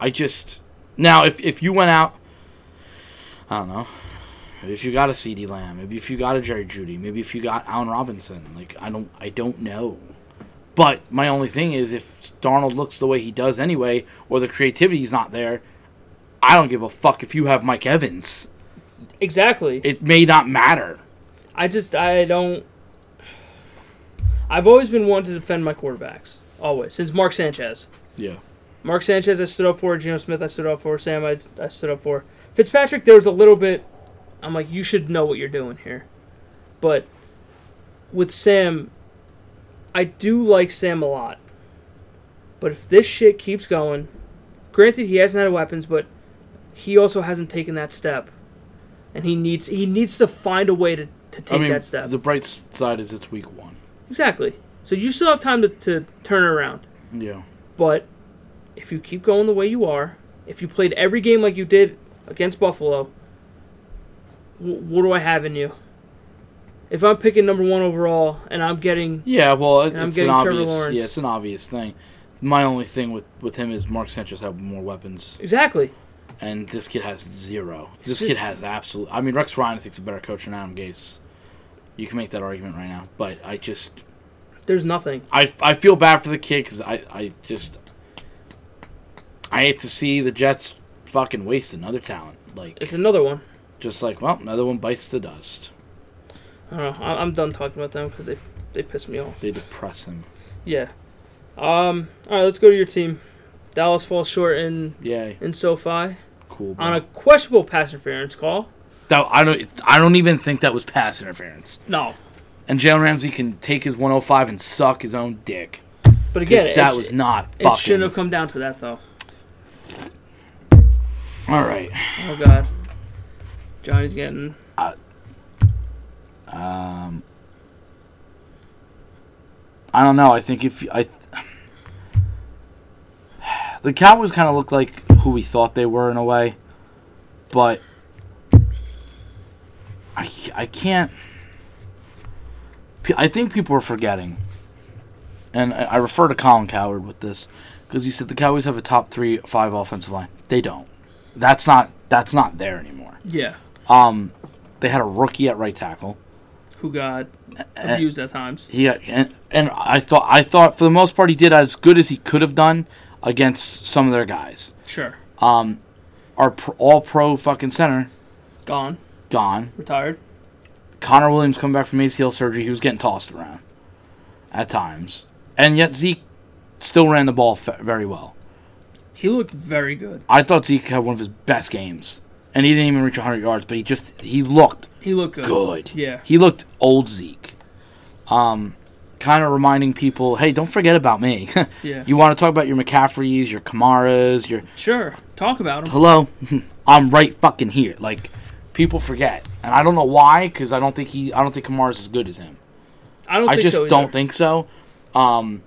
Speaker 1: I just now if if you went out, I don't know. If you got a CD Lamb, maybe if you got a Jerry Judy, maybe if you got Allen Robinson, like I don't, I don't know. But my only thing is, if Darnold looks the way he does anyway, or the creativity's not there, I don't give a fuck if you have Mike Evans.
Speaker 2: Exactly.
Speaker 1: It may not matter.
Speaker 2: I just I don't. I've always been wanting to defend my quarterbacks. Always since Mark Sanchez.
Speaker 1: Yeah,
Speaker 2: Mark Sanchez, I stood up for. Geno Smith, I stood up for. Sam, I, I stood up for. Fitzpatrick, there was a little bit. I'm like, you should know what you're doing here. But with Sam, I do like Sam a lot. But if this shit keeps going, granted, he hasn't had weapons, but he also hasn't taken that step. and he needs he needs to find a way to, to take
Speaker 1: I mean,
Speaker 2: that step.
Speaker 1: the bright s- side is it's week one.
Speaker 2: exactly. So you still have time to, to turn it around.
Speaker 1: Yeah.
Speaker 2: But if you keep going the way you are, if you played every game like you did against Buffalo, w- what do I have in you? If I'm picking number one overall and I'm getting
Speaker 1: Yeah, well, it,
Speaker 2: And I'm
Speaker 1: it's an
Speaker 2: getting Trevor
Speaker 1: obvious.
Speaker 2: Lawrence.
Speaker 1: Yeah, it's an obvious thing. My only thing with with him is Mark Sanchez had more weapons,
Speaker 2: exactly,
Speaker 1: and this kid has zero. This kid has absolute. I mean, Rex Ryan I think's a better coach than Adam Gase. You can make that argument right now, but I just
Speaker 2: there's nothing.
Speaker 1: I I feel bad for the kid because I I just I hate to see the Jets fucking waste another talent. Like
Speaker 2: It's another one.
Speaker 1: just like well, another one bites the dust.
Speaker 2: I don't know. I- I'm done talking about them because they they piss me off.
Speaker 1: They depress him.
Speaker 2: Yeah. Um. All right. Let's go to your team. Dallas falls short in
Speaker 1: Yay,
Speaker 2: in SoFi
Speaker 1: cool.
Speaker 2: on
Speaker 1: bro.
Speaker 2: a questionable pass interference call.
Speaker 1: That- I don't I don't even think that was pass interference.
Speaker 2: No.
Speaker 1: And Jalen Ramsey can take his 105 and suck his own dick.
Speaker 2: But again,
Speaker 1: 'Cause
Speaker 2: it,
Speaker 1: that
Speaker 2: sh-
Speaker 1: was not
Speaker 2: it shouldn't
Speaker 1: fucking.
Speaker 2: have come down to that though.
Speaker 1: All right.
Speaker 2: Oh God. Johnny's getting
Speaker 1: Um, I don't know. I think if you- I, the Cowboys kind of look like who we thought they were in a way, but I I can't. P- I think people are forgetting, and I, I refer to Colin Coward with this because he said the Cowboys have a top three five offensive line. They don't. That's not that's not there anymore.
Speaker 2: yeah.
Speaker 1: Um, they had a rookie at right tackle.
Speaker 2: Who got
Speaker 1: Uh,
Speaker 2: abused at times.
Speaker 1: he and, and I thought I thought for the most part he did as good as he could have done against some of their guys.
Speaker 2: Sure.
Speaker 1: Our pro, all pro fucking center
Speaker 2: Gone.
Speaker 1: gone.
Speaker 2: Retired.
Speaker 1: Connor Williams coming back from ACL surgery. He was getting tossed around at times, and yet Zeke still ran the ball fe- very well.
Speaker 2: He looked very good.
Speaker 1: I thought Zeke had one of his best games, and he didn't even reach 100 yards, but he just he looked
Speaker 2: He looked good.
Speaker 1: good.
Speaker 2: Yeah.
Speaker 1: he looked old Zeke. Um, kind of reminding people, hey, don't forget about me.
Speaker 2: Yeah.
Speaker 1: You want to talk about your McCaffreys, your Kamaras, your
Speaker 2: sure. Talk about him.
Speaker 1: hello, I'm right fucking here. Like people forget, and I don't know why, because I don't think he, I don't think Kamara's as good as him.
Speaker 2: I don't
Speaker 1: I
Speaker 2: think
Speaker 1: just
Speaker 2: so either.
Speaker 1: don't think so. Um,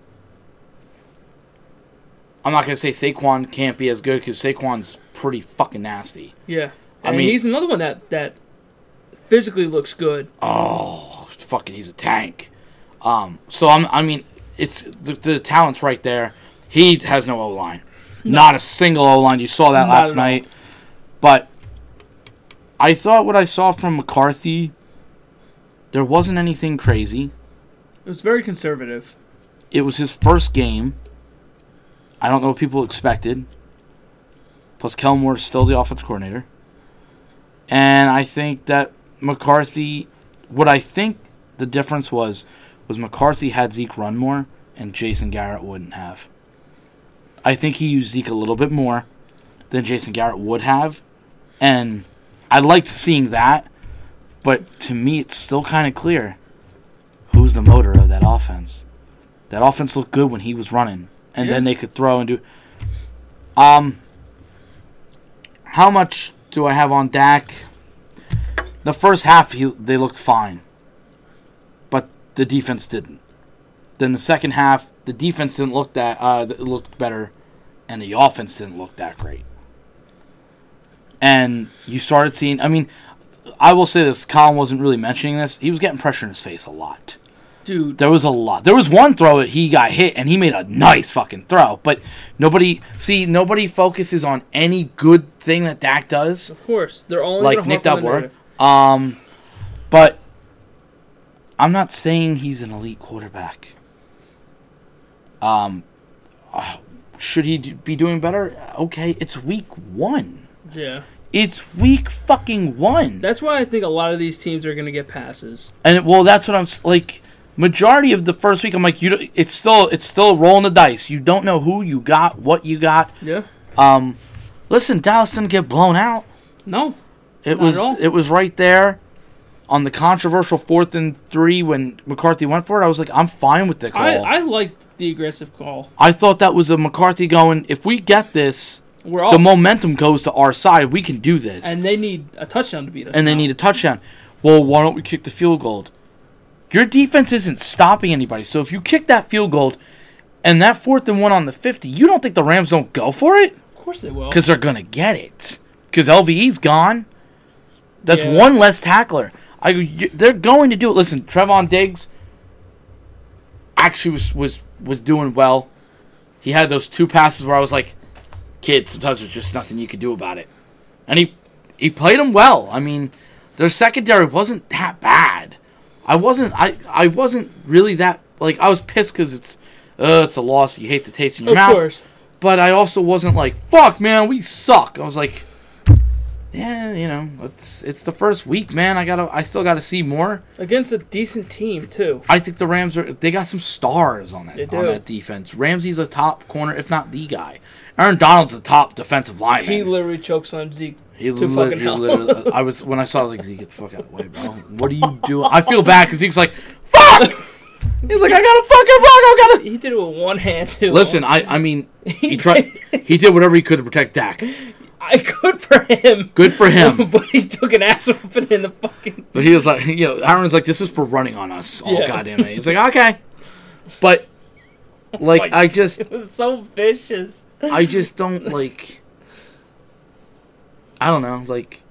Speaker 1: I'm not gonna say Saquon can't be as good because Saquon's pretty fucking nasty.
Speaker 2: Yeah.
Speaker 1: I
Speaker 2: And
Speaker 1: mean-
Speaker 2: he's another one that that physically looks good.
Speaker 1: Oh, fucking, he's a tank. Um, so I'm, I mean, it's the, the talent's right there. He has no O line, not a single O line. You saw that
Speaker 2: Not
Speaker 1: last
Speaker 2: at all.
Speaker 1: night, but I thought what I saw from McCarthy, there wasn't anything crazy.
Speaker 2: It was very conservative.
Speaker 1: It was his first game. I don't know what people expected. Plus, Kelmore is still the offensive coordinator. And I think that McCarthy, what I think the difference was, was McCarthy had Zeke run more and Jason Garrett wouldn't have. I think he used Zeke a little bit more than Jason Garrett would have. And I liked seeing that, but to me, it's still kind of clear who's the motor of that offense. That offense looked good when he was running, and then
Speaker 2: Yeah.
Speaker 1: they could throw and do. Um, how much do I have on Dak? The first half, he, they looked fine, but the defense didn't. Then the second half, the defense didn't look that uh, th- looked better, and the offense didn't look that great. And you started seeing. I mean, I will say this: Colin wasn't really mentioning this. He was getting pressure in his face a lot.
Speaker 2: Dude,
Speaker 1: There was a lot. There was one throw that he got hit, and he made a nice fucking throw. But nobody, see, nobody focuses on any good thing that Dak does
Speaker 2: of course. They're all
Speaker 1: like Nick Delbor. Um, but I'm not saying he's an elite quarterback. Um, uh, should he d- be doing better? Okay, it's week one.
Speaker 2: Yeah.
Speaker 1: It's week fucking one.
Speaker 2: That's why I think a lot of these teams are going to get passes.
Speaker 1: and well, that's what I'm s- like. Majority of the first week, I'm like, you. don't- It's still, it's still rolling the dice. You don't know who you got, what you got.
Speaker 2: Yeah.
Speaker 1: Um, listen, Dallas didn't get blown out.
Speaker 2: No.
Speaker 1: It
Speaker 2: Not
Speaker 1: was
Speaker 2: at all.
Speaker 1: it was right there on the controversial fourth and three when McCarthy went for it. I was like, I'm fine with the call.
Speaker 2: I,
Speaker 1: I,
Speaker 2: I liked the aggressive call.
Speaker 1: thought that was a McCarthy going. If we get this,
Speaker 2: We're all
Speaker 1: the momentum goes to our side. We can do this. And,
Speaker 2: and they need a touchdown to beat us.
Speaker 1: they
Speaker 2: now.
Speaker 1: need a touchdown. Well, why don't we kick the field goal? Your defense isn't stopping anybody. So if you kick that field goal and that fourth and one on the 50, you don't think the Rams don't go for it?
Speaker 2: Of course they will.
Speaker 1: Because they're going to get it. Because LVE's gone. That's
Speaker 2: Yeah.
Speaker 1: one less tackler. I, y- they're going to do it. Listen, Trevon Diggs actually was, was, was doing well. He had those two passes where I was like, kid, sometimes there's just nothing you could do about it. And he, he played them well. I mean, their secondary wasn't that bad. I wasn't I, I wasn't really that like I was pissed because it's uh, it's a loss you hate the taste in your
Speaker 2: Of
Speaker 1: mouth
Speaker 2: course.
Speaker 1: but I also wasn't like, "Fuck, man, we suck." I was like, "Yeah, you know, it's it's the first week, man. I gotta, I still gotta see more."
Speaker 2: Against a decent team too.
Speaker 1: I think the Rams are. They got some stars on that
Speaker 2: They
Speaker 1: on
Speaker 2: do.
Speaker 1: that defense. Ramsey's a top corner, if not the guy. Aaron Donald's a top defensive lineman.
Speaker 2: He literally chokes on Zeke.
Speaker 1: He
Speaker 2: to
Speaker 1: lit-
Speaker 2: fucking
Speaker 1: he
Speaker 2: hell.
Speaker 1: literally- I was when I saw it, I was like Zeke, get the fuck out of the way, bro. What are you doing? I feel bad because Zeke's like, "Fuck." He's like, "I gotta fucking fuck. I gotta."
Speaker 2: He did it with one hand too.
Speaker 1: Listen, I I mean, he tried. He did whatever he could to protect Dak.
Speaker 2: I good for him.
Speaker 1: Good for him.
Speaker 2: but he took an ass whooping in the fucking.
Speaker 1: But he was like, you know, Aaron's like, this is for running on us. Oh,
Speaker 2: Yeah.
Speaker 1: goddamn it. He's like, okay. But, like, I just,
Speaker 2: It was so vicious.
Speaker 1: I just don't, like, I don't know. Like,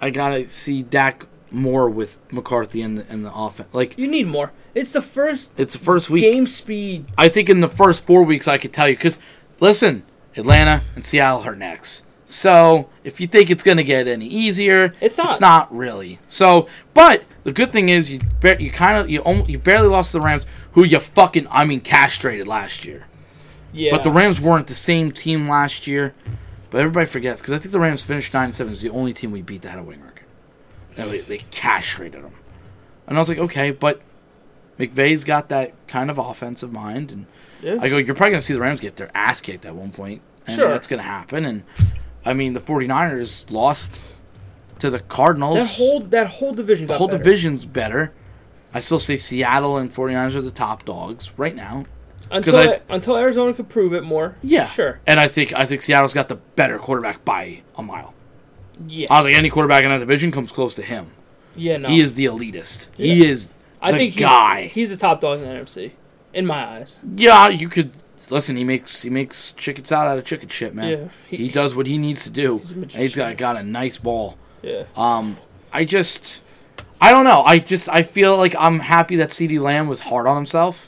Speaker 1: I gotta see Dak more with McCarthy and the, and the offense. Like,
Speaker 2: You need more. It's the first
Speaker 1: it's the first week.
Speaker 2: game speed.
Speaker 1: I think in the first four weeks, I could tell you. Because, listen, Atlanta and Seattle are next. So, if you think it's going to get any easier,
Speaker 2: It's not.
Speaker 1: It's not really. So, but the good thing is you ba- you kind of you almost, you barely lost to the Rams, who you fucking I mean castrated last year.
Speaker 2: Yeah.
Speaker 1: But the Rams weren't the same team last year. But everybody forgets because I think the Rams finished nine seven. Is the only team we beat that had a wing record. And they, they castrated them, and I was like, okay, but McVay's got that kind of offensive mind, and
Speaker 2: Yeah.
Speaker 1: I go, you're probably gonna see the Rams get their ass kicked at one point, and
Speaker 2: Sure.
Speaker 1: that's gonna happen. And I mean, the 49ers lost to the Cardinals.
Speaker 2: that whole that whole division.
Speaker 1: the
Speaker 2: got
Speaker 1: whole
Speaker 2: better.
Speaker 1: division's better. I still say Seattle and 49ers are the top dogs right now.
Speaker 2: until
Speaker 1: 'cause I-
Speaker 2: until Arizona could prove it more.
Speaker 1: Yeah,
Speaker 2: Sure.
Speaker 1: And I think I think Seattle's got the better quarterback by a mile.
Speaker 2: Yeah.
Speaker 1: I don't think any quarterback in that division comes close to him.
Speaker 2: yeah. No.
Speaker 1: He is the elitist. He
Speaker 2: Yeah.
Speaker 1: is the
Speaker 2: I think he's-
Speaker 1: guy.
Speaker 2: He's, the top dog in the NFC, in my eyes.
Speaker 1: yeah, you could listen. He makes he makes chicken salad out of chicken shit, man.
Speaker 2: Yeah,
Speaker 1: he,
Speaker 2: he-
Speaker 1: does what he needs to do.
Speaker 2: a
Speaker 1: and he's got
Speaker 2: magician.
Speaker 1: got a nice ball.
Speaker 2: Yeah.
Speaker 1: Um, I just, I don't know. I just I feel like I'm happy that C.D. Lamb was hard on himself.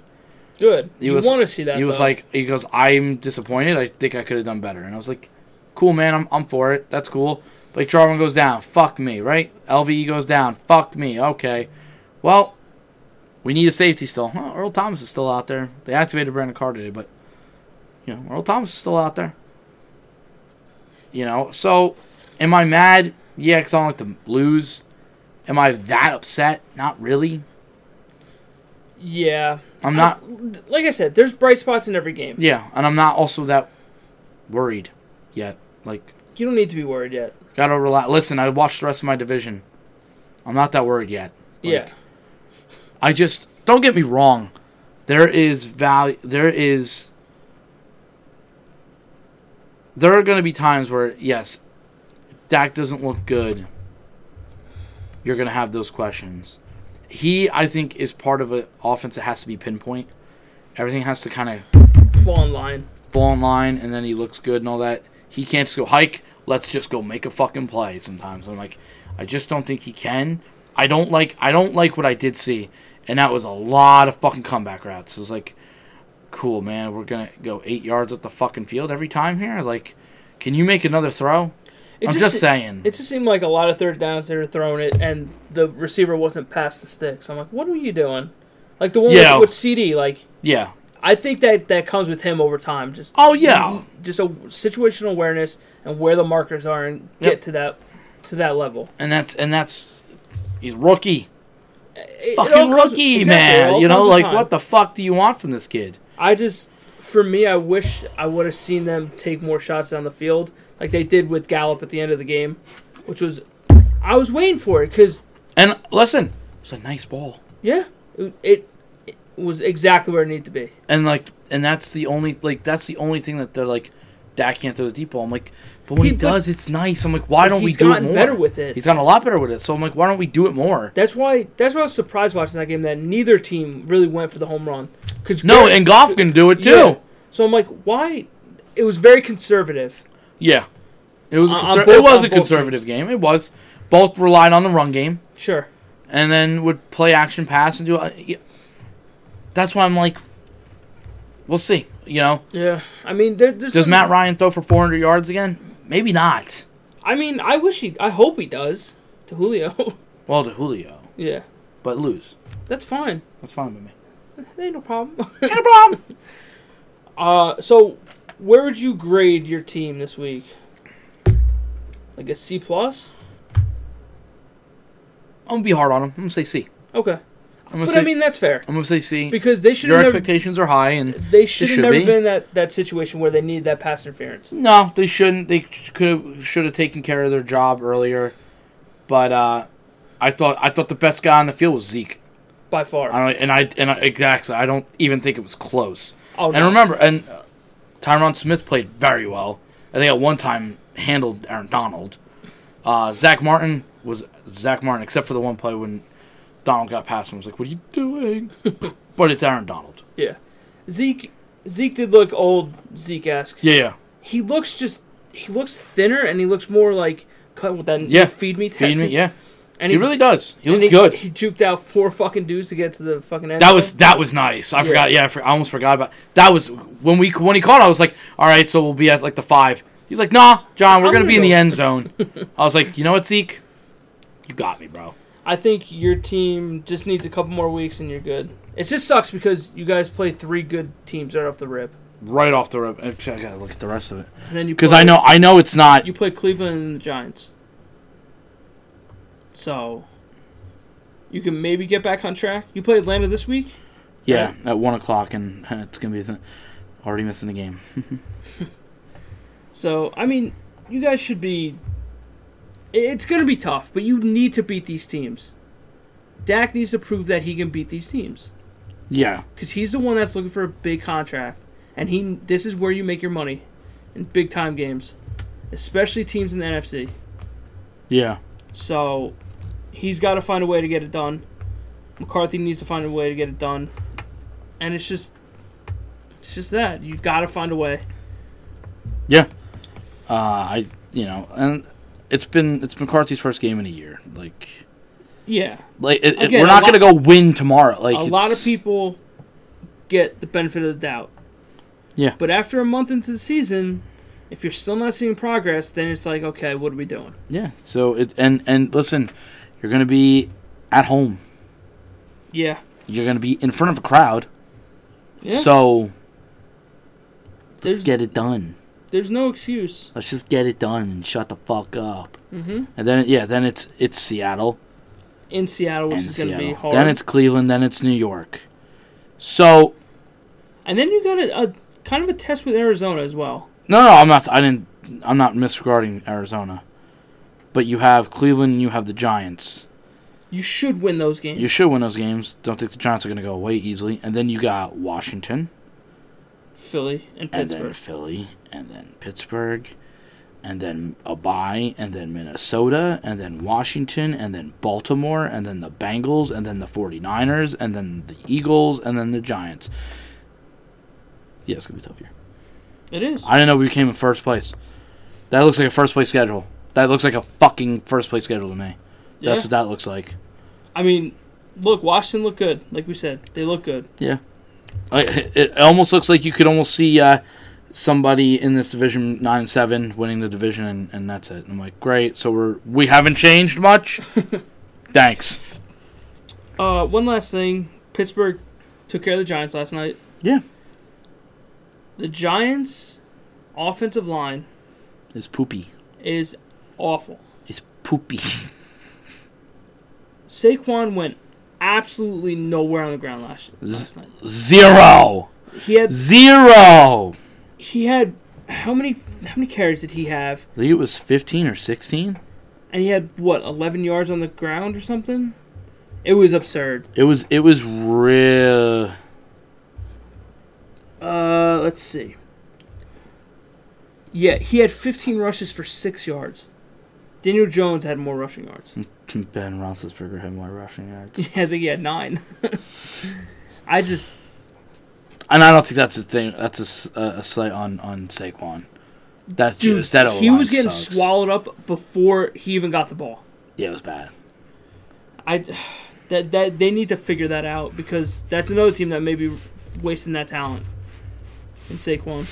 Speaker 2: Good.
Speaker 1: He was
Speaker 2: you want to see that?
Speaker 1: He was
Speaker 2: though.
Speaker 1: like, he goes, I'm disappointed. I think I could have done better. And I was like, cool, man. I'm, I'm for it. That's cool. Like Jarwin goes down. Fuck me, right? LVE goes down. Fuck me. Okay. Well, we need a safety still. Huh, Earl Thomas is still out there. They activated Brandon Carr today, but you know, Earl Thomas is still out there. You know, so am I mad? Yeah, 'cause I don't like to lose. Am I that upset? Not really.
Speaker 2: yeah.
Speaker 1: I'm not.
Speaker 2: Like I said, there's bright spots in every game.
Speaker 1: Yeah, and I'm not also that worried yet. Like,
Speaker 2: You don't need to be worried yet.
Speaker 1: gotta relax. Listen, I watched the rest of my division. I'm not that worried yet. Like,
Speaker 2: yeah.
Speaker 1: I just don't get me wrong. There is value. There is. There are going to be times where yes, if Dak doesn't look good. You're going to have those questions. He, I think, is part of an offense that has to be pinpoint. Everything has to kind of
Speaker 2: Fall in line.
Speaker 1: fall in line and then he looks good and all that. He can't just go hike. Let's just go make a fucking play sometimes. I'm like, I just don't think he can. I don't like I don't like what I did see. And that was a lot of fucking comeback routes. It was like, cool man, we're gonna go eight yards up the fucking field every time here? Like, can you make another throw?
Speaker 2: It
Speaker 1: I'm just saying.
Speaker 2: It just seemed like a lot of third downs they were throwing it, and the receiver wasn't past the sticks. I'm like, what are you doing? Like the one
Speaker 1: Yeah.
Speaker 2: with, with CD. Like
Speaker 1: Yeah.
Speaker 2: I think that that comes with him over time. Just
Speaker 1: Oh yeah.
Speaker 2: just a situational awareness and where the markers are, and get
Speaker 1: Yep.
Speaker 2: to that to that level.
Speaker 1: And that's and that's he's rookie.
Speaker 2: It- it all
Speaker 1: Fucking
Speaker 2: comes-
Speaker 1: rookie,
Speaker 2: exactly, it
Speaker 1: man.
Speaker 2: all
Speaker 1: You know,
Speaker 2: comes with
Speaker 1: like
Speaker 2: time.
Speaker 1: what the fuck do you want from this kid?
Speaker 2: I just, for me, I wish I would have seen them take more shots down the field, like they did with Gallup at the end of the game, which was, I was waiting for it because
Speaker 1: And listen, it's a nice ball.
Speaker 2: yeah, it, it, it was exactly where it needed to be.
Speaker 1: and like and that's the only like that's the only thing that they're like Dak can't throw the deep ball. I'm like, but when he,
Speaker 2: He- but-
Speaker 1: does, it's nice. I'm like, why don't we
Speaker 2: he's
Speaker 1: do it
Speaker 2: gotten
Speaker 1: more?
Speaker 2: better with it.
Speaker 1: He's gotten a lot better with it. So I'm like, why don't we do it more?
Speaker 2: That's why. That's why I was surprised watching that game that neither team really went for the home run. Cause
Speaker 1: No,
Speaker 2: Garrett-
Speaker 1: and Goff can do it too.
Speaker 2: Yeah. So I'm like, why? It was very conservative.
Speaker 1: Yeah, it was a
Speaker 2: On- on
Speaker 1: conser-
Speaker 2: both-
Speaker 1: it was
Speaker 2: on
Speaker 1: a
Speaker 2: both
Speaker 1: conservative game. It was both relied on the run game
Speaker 2: Sure.
Speaker 1: and then would play action pass and do. Uh, yeah. That's why I'm like, we'll see. You know,
Speaker 2: Yeah. I mean, there, there's
Speaker 1: does
Speaker 2: some-
Speaker 1: Matt Ryan throw for 400 yards again? Maybe not.
Speaker 2: I mean, I wish he. I hope he does to Julio.
Speaker 1: Well, to Julio,
Speaker 2: yeah.
Speaker 1: but lose.
Speaker 2: That's fine.
Speaker 1: That's fine with me.
Speaker 2: That ain't no problem.
Speaker 1: Ain't a problem.
Speaker 2: uh, so where would you grade your team this week? Like a C plus?
Speaker 1: I'm gonna be hard on him. I'm gonna say C.
Speaker 2: Okay.
Speaker 1: I'm gonna
Speaker 2: But
Speaker 1: say
Speaker 2: I mean, that's fair
Speaker 1: I'm gonna say C.
Speaker 2: because they should
Speaker 1: Your
Speaker 2: have never.
Speaker 1: expectations are high, and
Speaker 2: They should have
Speaker 1: should
Speaker 2: never
Speaker 1: be.
Speaker 2: been in that, that situation where they needed that pass interference.
Speaker 1: no, they shouldn't. They could should have taken care of their job earlier. But uh, I thought I thought the best guy on the field was Zeke.
Speaker 2: By far.
Speaker 1: I don't, and I and I, exactly. I don't even think it was close.
Speaker 2: Oh,
Speaker 1: And
Speaker 2: no.
Speaker 1: remember, and uh, Tyron Smith played very well. I think at one time handled Aaron Donald. Uh, Zach Martin was Zach Martin, except for the one play when Donald got past him. I was like, "What are you doing?" but it's Aaron Donald.
Speaker 2: Yeah. Zeke Zeke did look old Zeke esque.
Speaker 1: Yeah, yeah.
Speaker 2: He looks just he looks thinner and he looks more like cut with that
Speaker 1: Yeah.
Speaker 2: feed me
Speaker 1: Feed me,
Speaker 2: tattoo.
Speaker 1: yeah.
Speaker 2: And
Speaker 1: He really does. He
Speaker 2: and
Speaker 1: looks
Speaker 2: he,
Speaker 1: good.
Speaker 2: He juked out four fucking dudes to get to the fucking end.
Speaker 1: That
Speaker 2: zone.
Speaker 1: was that was nice. I forgot. Yeah, I, for, I almost forgot about that. Was when we when he called, I was like, "All right, so we'll be at like the five. He's like, "Nah, John, we're
Speaker 2: I'm
Speaker 1: gonna,
Speaker 2: gonna
Speaker 1: be in
Speaker 2: go."
Speaker 1: the end zone." I was like, "You know what, Zeke? You got me, bro."
Speaker 2: I think your team just needs a couple more weeks and you're good. It just sucks because you guys play three good teams right off the rip.
Speaker 1: Right off the rip. Actually, I gotta look at the rest of it
Speaker 2: And then you
Speaker 1: because
Speaker 2: play-
Speaker 1: I know I know it's not.
Speaker 2: you play Cleveland and the Giants. So you can maybe get back on track. You play Atlanta this week?
Speaker 1: Yeah, at one o'clock, and it's gonna be the, already missing the game.
Speaker 2: So I mean, you guys should be. i- It's going to be tough, but you need to beat these teams. Dak needs to prove that he can beat these teams
Speaker 1: Yeah,
Speaker 2: because he's the one that's looking for a big contract, and he this is where you make your money in big time games, especially teams in the NFC.
Speaker 1: yeah,
Speaker 2: So he's got to find a way to get it done. McCarthy needs to find a way to get it done, and it's just it's just that you got to find a way.
Speaker 1: yeah. Uh, I you know, and it's been it's McCarthy's first game in a year. Like
Speaker 2: Yeah.
Speaker 1: like it, it-
Speaker 2: Again,
Speaker 1: we're
Speaker 2: a
Speaker 1: not
Speaker 2: lot-
Speaker 1: gonna go win tomorrow. Like
Speaker 2: a lot of
Speaker 1: it's-
Speaker 2: people get the benefit of the doubt.
Speaker 1: Yeah.
Speaker 2: But after a month into the season, if you're still not seeing progress, then it's like, okay, what are we doing?
Speaker 1: Yeah. So it and and listen, you're gonna be at home.
Speaker 2: Yeah.
Speaker 1: You're gonna be in front of a crowd.
Speaker 2: Yeah.
Speaker 1: So
Speaker 2: there's
Speaker 1: get it done.
Speaker 2: there's no excuse.
Speaker 1: Let's just get it done and shut the fuck up.
Speaker 2: hmm
Speaker 1: And then yeah, then it's it's Seattle
Speaker 2: In Seattle, which
Speaker 1: and
Speaker 2: is going to
Speaker 1: Seattle.
Speaker 2: be hard.
Speaker 1: Then it's Cleveland. Then it's New York. So
Speaker 2: and then you got a, a kind of a test with Arizona as well.
Speaker 1: no, no, I'm not. I didn't. I'm not misregarding Arizona. But you have Cleveland. and You have the Giants.
Speaker 2: You should win those games.
Speaker 1: You should win those games. Don't think the Giants are going to go away easily. And then you got Washington.
Speaker 2: Philly and
Speaker 1: and
Speaker 2: Pittsburgh.
Speaker 1: then Philly, and then Pittsburgh, and then a bye, and then Minnesota, and then Washington, and then Baltimore, and then the Bengals, and then the 49ers, and then the Eagles, and then the Giants. Yeah, it's going to be tough here.
Speaker 2: it is.
Speaker 1: I didn't know we came in first place. That looks like a first place schedule. That looks like a fucking first place schedule to me.
Speaker 2: yeah.
Speaker 1: That's what that looks like.
Speaker 2: I mean, look, Washington looked good. Like we said, they look good.
Speaker 1: I- It, it almost looks like you could almost see uh, somebody in this division nine and seven winning the division, and, and that's it. I'm like, great. So we're we haven't changed much. Thanks.
Speaker 2: Uh, one last thing. Pittsburgh took care of the Giants last night.
Speaker 1: Yeah.
Speaker 2: The Giants' offensive line
Speaker 1: It's poopy.
Speaker 2: is awful.
Speaker 1: It's poopy.
Speaker 2: Saquon went absolutely nowhere on the ground last, last
Speaker 1: Z-
Speaker 2: night.
Speaker 1: Zero.
Speaker 2: He had
Speaker 1: Zero.
Speaker 2: he had how many how many carries did he have?
Speaker 1: I think it was 15 or 16.
Speaker 2: And he had what eleven yards on the ground or something. It was absurd.
Speaker 1: It was it was real.
Speaker 2: Uh, let's see. Yeah, he had 15 rushes for six yards. Daniel Jones had more rushing
Speaker 1: Hmm.
Speaker 2: yards.
Speaker 1: Ben Roethlisberger had more rushing yards,
Speaker 2: Yeah, I think he had nine. I just
Speaker 1: and I don't think that's a thing. That's a s- a, a slight on on Saquon. That's
Speaker 2: dude,
Speaker 1: just that.
Speaker 2: he
Speaker 1: O-line
Speaker 2: was getting
Speaker 1: sucks.
Speaker 2: swallowed up before he even got the ball.
Speaker 1: Yeah, it was bad.
Speaker 2: I that that they need to figure that out because that's another team that may be wasting that talent. And Saquon,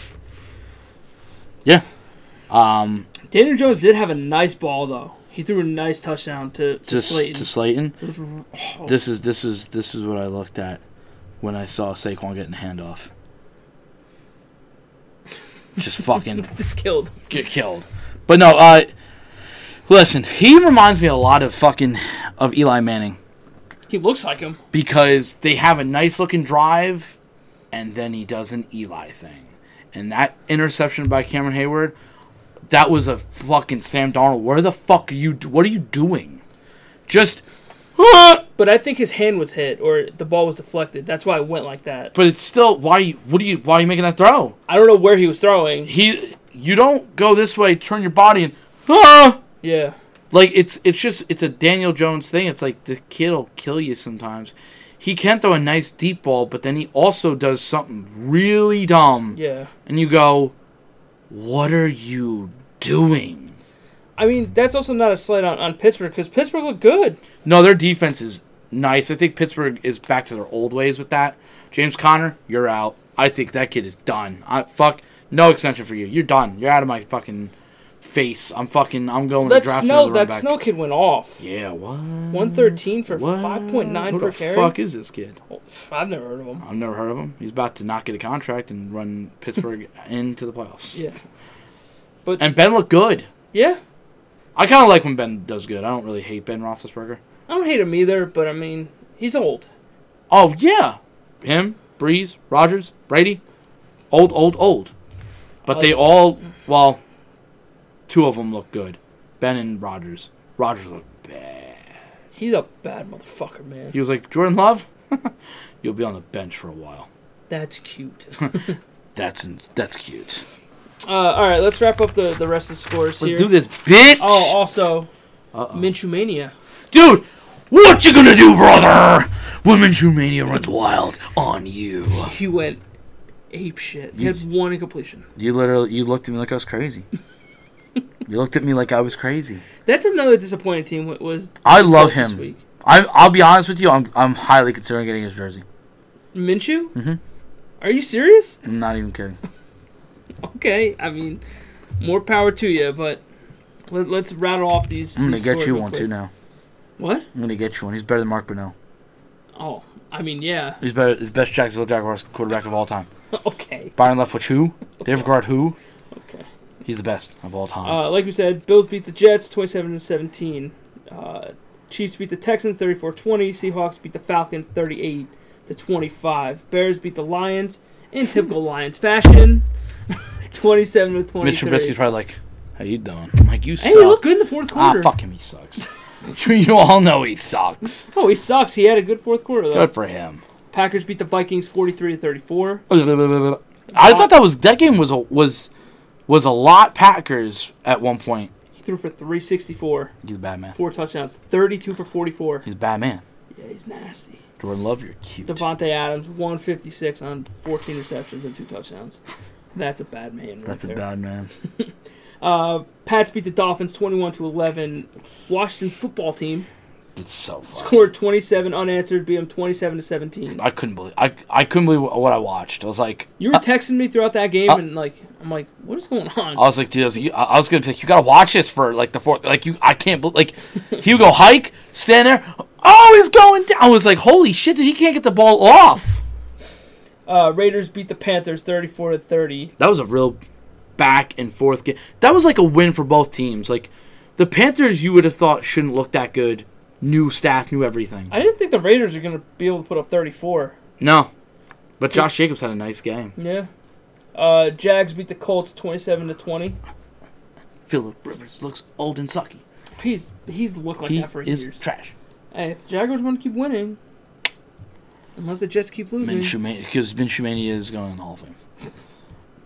Speaker 1: Yeah. Um,
Speaker 2: Daniel Jones did have a nice ball though. He threw a nice touchdown to, to
Speaker 1: just
Speaker 2: Slayton.
Speaker 1: to Slayton.
Speaker 2: It was r- oh,
Speaker 1: This is this was this is what I looked at when I saw Saquon getting the handoff. Just fucking
Speaker 2: just killed.
Speaker 1: get killed. But no, uh, listen, he reminds me a lot of fucking of Eli Manning
Speaker 2: He looks like him.
Speaker 1: because they have a nice looking drive, and then he does an Eli thing, and that interception by Cameron Hayward, that was a fucking Sam Darnold. Where the fuck are you? What are you doing? Just. "Ah!"
Speaker 2: But I think his hand was hit or the ball was deflected. That's why it went like that.
Speaker 1: But it's still why? you- What do you? Why are you making that throw?
Speaker 2: I don't know where he was throwing.
Speaker 1: He, you don't go this way. Turn your body and ah!
Speaker 2: Yeah.
Speaker 1: Like it's it's just it's a Daniel Jones thing. It's like the kid'll kill you sometimes. He can throw a nice deep ball, but then he also does something really dumb,
Speaker 2: Yeah.
Speaker 1: and you go, "What are you doing?"
Speaker 2: I mean, that's also not a slight on, on Pittsburgh because Pittsburgh looked good.
Speaker 1: No, their defense is nice. I think Pittsburgh is back to their old ways with that. James Conner, you're out. I think that kid is done. I fuck no extension for you. You're done. You're out of my fucking face. I'm fucking. I'm going to
Speaker 2: That
Speaker 1: draft
Speaker 2: snow,
Speaker 1: another running
Speaker 2: that
Speaker 1: back.
Speaker 2: snow kid went off.
Speaker 1: Yeah, what?
Speaker 2: 113 for
Speaker 1: What?
Speaker 2: 5.9
Speaker 1: Who
Speaker 2: per
Speaker 1: the
Speaker 2: carry.
Speaker 1: fuck is this kid?
Speaker 2: Oh, I've never heard of him.
Speaker 1: I've never heard of him. He's about to not get a contract and run Pittsburgh into the playoffs.
Speaker 2: Yeah. But
Speaker 1: And Ben looked good.
Speaker 2: yeah,
Speaker 1: I kind of like when Ben does good. I don't really hate Ben Roethlisberger.
Speaker 2: I don't hate him either. But I mean, he's old.
Speaker 1: Oh yeah, him, Breeze, Rogers, Brady, old, old, old. But
Speaker 2: Oh.
Speaker 1: they all, well, two of them look good. Ben and Rogers. Rogers looked bad.
Speaker 2: He's a bad motherfucker, man.
Speaker 1: He was like Jordan Love. You'll be on the bench for a while.
Speaker 2: That's cute.
Speaker 1: That's that's cute.
Speaker 2: uh, all right, let's wrap up the the rest of the scores
Speaker 1: Let's
Speaker 2: here.
Speaker 1: do this, bitch.
Speaker 2: Oh, also,
Speaker 1: Uh-oh.
Speaker 2: Minshew mania.
Speaker 1: Dude, what you gonna do, brother? Women's Humania runs wild on you.
Speaker 2: He went ape shit. He had one incompletion.
Speaker 1: You literally, you looked at me like I was crazy. you looked at me like I was crazy.
Speaker 2: That's another disappointing team. wa- Was
Speaker 1: I love
Speaker 2: this
Speaker 1: him.
Speaker 2: week.
Speaker 1: I, I'll be honest with you. I'm, I'm highly considering getting his jersey.
Speaker 2: Minshew?
Speaker 1: Mhm.
Speaker 2: Are you serious?
Speaker 1: I'm not even kidding.
Speaker 2: Okay, I mean, more power to you, but let, us rattle off these.
Speaker 1: I'm gonna
Speaker 2: these
Speaker 1: get
Speaker 2: scores
Speaker 1: you
Speaker 2: real
Speaker 1: one
Speaker 2: quick.
Speaker 1: too now.
Speaker 2: What?
Speaker 1: I'm gonna get you one. He's better than Mark Brunell.
Speaker 2: Oh, I mean, yeah.
Speaker 1: He's better. He's best Jacksonville Jaguars quarterback of all time.
Speaker 2: okay,
Speaker 1: Byron Leftwich, who? Dave Guard, who?
Speaker 2: okay.
Speaker 1: He's the best of all time.
Speaker 2: Uh, like we said, Bills beat the Jets 27 to 17. Uh, Chiefs beat the Texans 34 20. Seahawks beat the Falcons 38 to 25. Bears beat the Lions in typical Lions fashion 27 to
Speaker 1: Mitch
Speaker 2: 23.
Speaker 1: Trubisky's probably like, "How you doing?" I'm like, "You
Speaker 2: Hey,
Speaker 1: suck."
Speaker 2: he looked good in the fourth
Speaker 1: Ah,
Speaker 2: quarter.
Speaker 1: fuck him, he sucks. you, you all know he sucks.
Speaker 2: Oh, he sucks. He had a good fourth quarter, though.
Speaker 1: Good for him.
Speaker 2: Packers beat the Vikings 43 to 34.
Speaker 1: I thought that was that game was a, was was a lot Packers at one point.
Speaker 2: He threw for 364,
Speaker 1: He's a bad man.
Speaker 2: four touchdowns, 32 for 44.
Speaker 1: He's a bad man.
Speaker 2: Yeah, he's nasty.
Speaker 1: Jordan Love, you're cute.
Speaker 2: Devontae Adams, 156 on 14 receptions and two touchdowns. That's a bad man. Right
Speaker 1: That's a
Speaker 2: there.
Speaker 1: bad man.
Speaker 2: Uh, Pats beat the Dolphins 21 to 11. Washington football team
Speaker 1: It's so fun.
Speaker 2: scored 27 unanswered, beat them 27 to 17.
Speaker 1: I couldn't believe I I couldn't believe what I watched. I was like
Speaker 2: You were texting me throughout that game,
Speaker 1: uh,
Speaker 2: and like, I'm like, what is going on?
Speaker 1: I was like dude, I was, like, you- I I was gonna be like you gotta watch this for like the fourth like you I can't believe like he would go hike stand there oh he's going down I was like holy shit dude he can't get the ball off
Speaker 2: Uh, Raiders beat the Panthers 34 to 30.
Speaker 1: That was a real back and forth game. That was like a win for both teams. Like the Panthers, you would have thought shouldn't look that good. New staff, new everything.
Speaker 2: I didn't think the Raiders are going to be able to put up 34.
Speaker 1: No, but Josh Jacobs had a nice game.
Speaker 2: Yeah. Uh, Jags beat the Colts 27 to 20.
Speaker 1: Philip Rivers looks old and sucky.
Speaker 2: He's he's looked like
Speaker 1: He
Speaker 2: that for
Speaker 1: is
Speaker 2: years.
Speaker 1: trash.
Speaker 2: hey, if the Jaguars want to keep winning, and let the Jets keep losing,
Speaker 1: Because Ben Shumania is going in the Hall of Fame.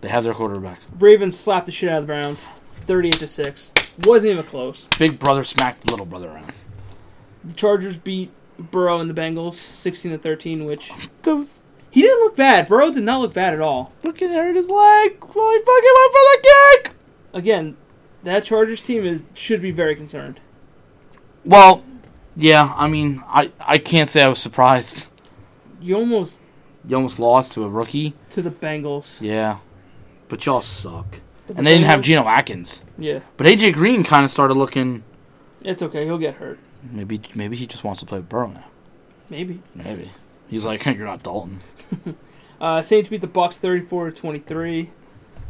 Speaker 1: They have their quarterback.
Speaker 2: Ravens slapped the shit out of the Browns, thirty-eight to six. Wasn't even close.
Speaker 1: Big brother smacked little brother around.
Speaker 2: The Chargers beat Burrow and the Bengals, sixteen to thirteen. Which
Speaker 1: Those
Speaker 2: he didn't look bad. Burrow did not look bad at all.
Speaker 1: fucking hurt his leg. Well, he fucking went for the kick.
Speaker 2: Again, that Chargers team is should be very concerned.
Speaker 1: Well, yeah. I mean, I I can't say I was surprised.
Speaker 2: You almost
Speaker 1: You almost lost to a rookie.
Speaker 2: to the Bengals.
Speaker 1: Yeah, but y'all suck. And they didn't have Geno Atkins.
Speaker 2: Yeah,
Speaker 1: But AJ Green kind of started looking.
Speaker 2: it's okay. He'll get hurt.
Speaker 1: Maybe maybe he just wants to play with Burrow now.
Speaker 2: Maybe.
Speaker 1: Maybe he's like, "Hey, you're not Dalton.
Speaker 2: Uh, Saints beat the Bucks 34 to 23.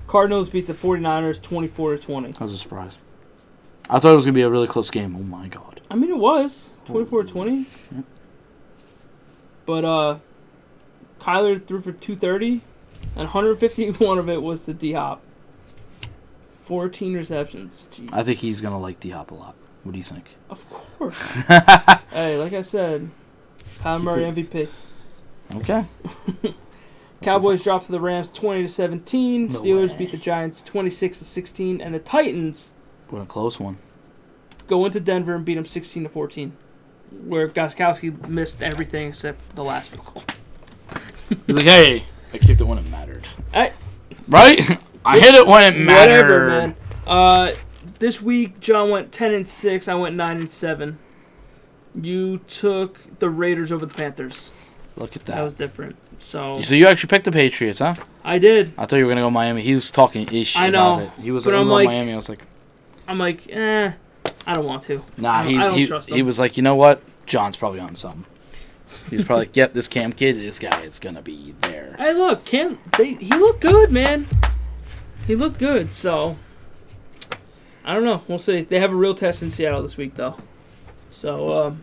Speaker 2: Cardinals beat the 49ers 24 to 20.
Speaker 1: That was a surprise. I thought it was gonna be a really close game. Oh my god.
Speaker 2: I mean, it was
Speaker 1: Oh,
Speaker 2: 24 to 20. But uh, Kyler threw for 230, and 151 of it was to D Hop. 14 receptions. Jesus.
Speaker 1: I think he's gonna like D Hop a lot. What do you think?
Speaker 2: Of course. hey, like I said, Kyler Murray MVP.
Speaker 1: Okay.
Speaker 2: Cowboys dropped to the Rams 20 to 17.
Speaker 1: No
Speaker 2: Steelers
Speaker 1: way.
Speaker 2: beat the Giants 26 to 16, and the Titans
Speaker 1: What a close one.
Speaker 2: go into Denver and beat them 16 to 14, where Goskowski missed everything except the last field goal.
Speaker 1: He's like, hey, I kicked it when it mattered.
Speaker 2: Hey.
Speaker 1: Right? I hit it when it mattered.
Speaker 2: Whatever, man. Uh, this week John went 10 and 6. I went 9 and 7. You took the Raiders over the Panthers.
Speaker 1: Look at that.
Speaker 2: That was different. So
Speaker 1: so you actually picked the Patriots, huh?
Speaker 2: I did.
Speaker 1: I thought you were gonna go Miami. He was talking ish
Speaker 2: I
Speaker 1: about
Speaker 2: know,
Speaker 1: it. He was
Speaker 2: but
Speaker 1: like,
Speaker 2: I'm
Speaker 1: "I'm going
Speaker 2: like-
Speaker 1: Miami." I was like,
Speaker 2: I'm like, eh, I don't want to.
Speaker 1: "Nah."
Speaker 2: I don't
Speaker 1: He
Speaker 2: trust
Speaker 1: he,
Speaker 2: him.
Speaker 1: he was like, "You know what? John's probably on something." He was probably like, "Yep, this Cam kid, this guy is gonna be there."
Speaker 2: Hey, look, Cam. They he looked good, man. He looked good. So I don't know. We'll see. They have a real test in Seattle this week, though. So um,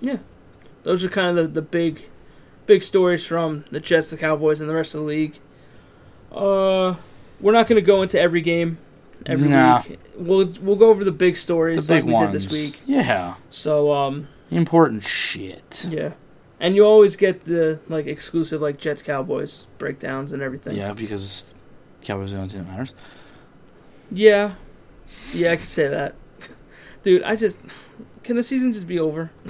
Speaker 2: yeah, those are kind of the, the big big stories from the Jets, the Cowboys, and the rest of the league. Uh, we're not going to go into every game. Every
Speaker 1: Nah.
Speaker 2: week, we'll we'll go over the big
Speaker 1: The
Speaker 2: stories
Speaker 1: big
Speaker 2: like we
Speaker 1: ones.
Speaker 2: did this week.
Speaker 1: Yeah,
Speaker 2: So um,
Speaker 1: important shit.
Speaker 2: yeah, and you always get the like exclusive like Jets Cowboys breakdowns and everything.
Speaker 1: Yeah, because Cowboys are the only team that matters.
Speaker 2: Yeah. Yeah, I could say that. Dude, I just can the season just be over?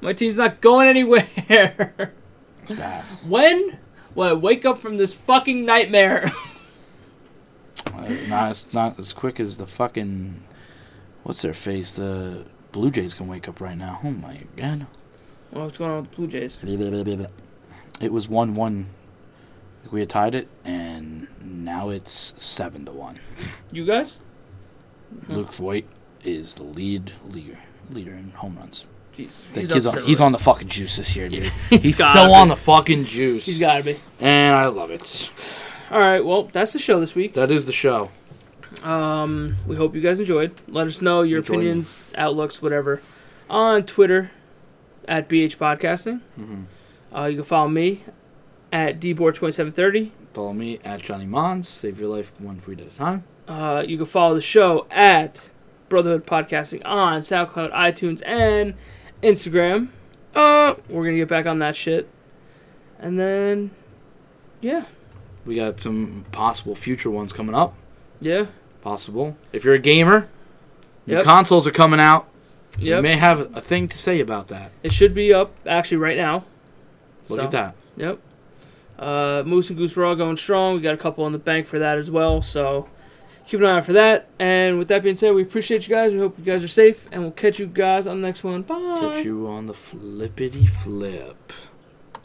Speaker 2: My team's not going anywhere.
Speaker 1: It's bad.
Speaker 2: when will I wake up from this fucking nightmare?
Speaker 1: Uh, not as not as quick as the fucking what's their face the Blue Jays can wake up right now. Oh my god!
Speaker 2: well, what's going on with the Blue Jays?
Speaker 1: It was one one. We had tied it, and now it's seven to one.
Speaker 2: You guys?
Speaker 1: Luke Voigt is the lead leader leader in home runs.
Speaker 2: Jeez.
Speaker 1: The kid's on, he's
Speaker 2: steroids.
Speaker 1: on the fucking juice this year, dude. he's
Speaker 2: gotta
Speaker 1: so
Speaker 2: be.
Speaker 1: on the fucking juice,
Speaker 2: He's gotta be.
Speaker 1: and I love it.
Speaker 2: Alright, well, that's the show this week.
Speaker 1: That is the show.
Speaker 2: Um, we hope you guys enjoyed. Let us know your
Speaker 1: Enjoyed.
Speaker 2: opinions, outlooks, whatever, on Twitter at BH Podcasting.
Speaker 1: Mhm.
Speaker 2: Uh, you can follow me at dboard2730.
Speaker 1: Follow me at Johnny Mons. Save your life one tweet at a time.
Speaker 2: Uh, you can follow the show at Brotherhood Podcasting on SoundCloud, iTunes, and Instagram. Uh, we're gonna get back on that shit, and then, yeah,
Speaker 1: We got some possible future ones coming up.
Speaker 2: yeah,
Speaker 1: Possible. If you're a gamer, new
Speaker 2: Yep.
Speaker 1: consoles are coming out. You
Speaker 2: yep.
Speaker 1: may have a thing to say about that.
Speaker 2: It should be up actually right now.
Speaker 1: Look
Speaker 2: So.
Speaker 1: at that.
Speaker 2: Yep. Uh, Moose and Goose Raw going strong. We got a couple on the bank for that as well. So keep an eye out for that. And with that being said, we appreciate you guys. We hope you guys are safe, and we'll catch you guys on the next one. Bye.
Speaker 1: Catch you on the flippity flip.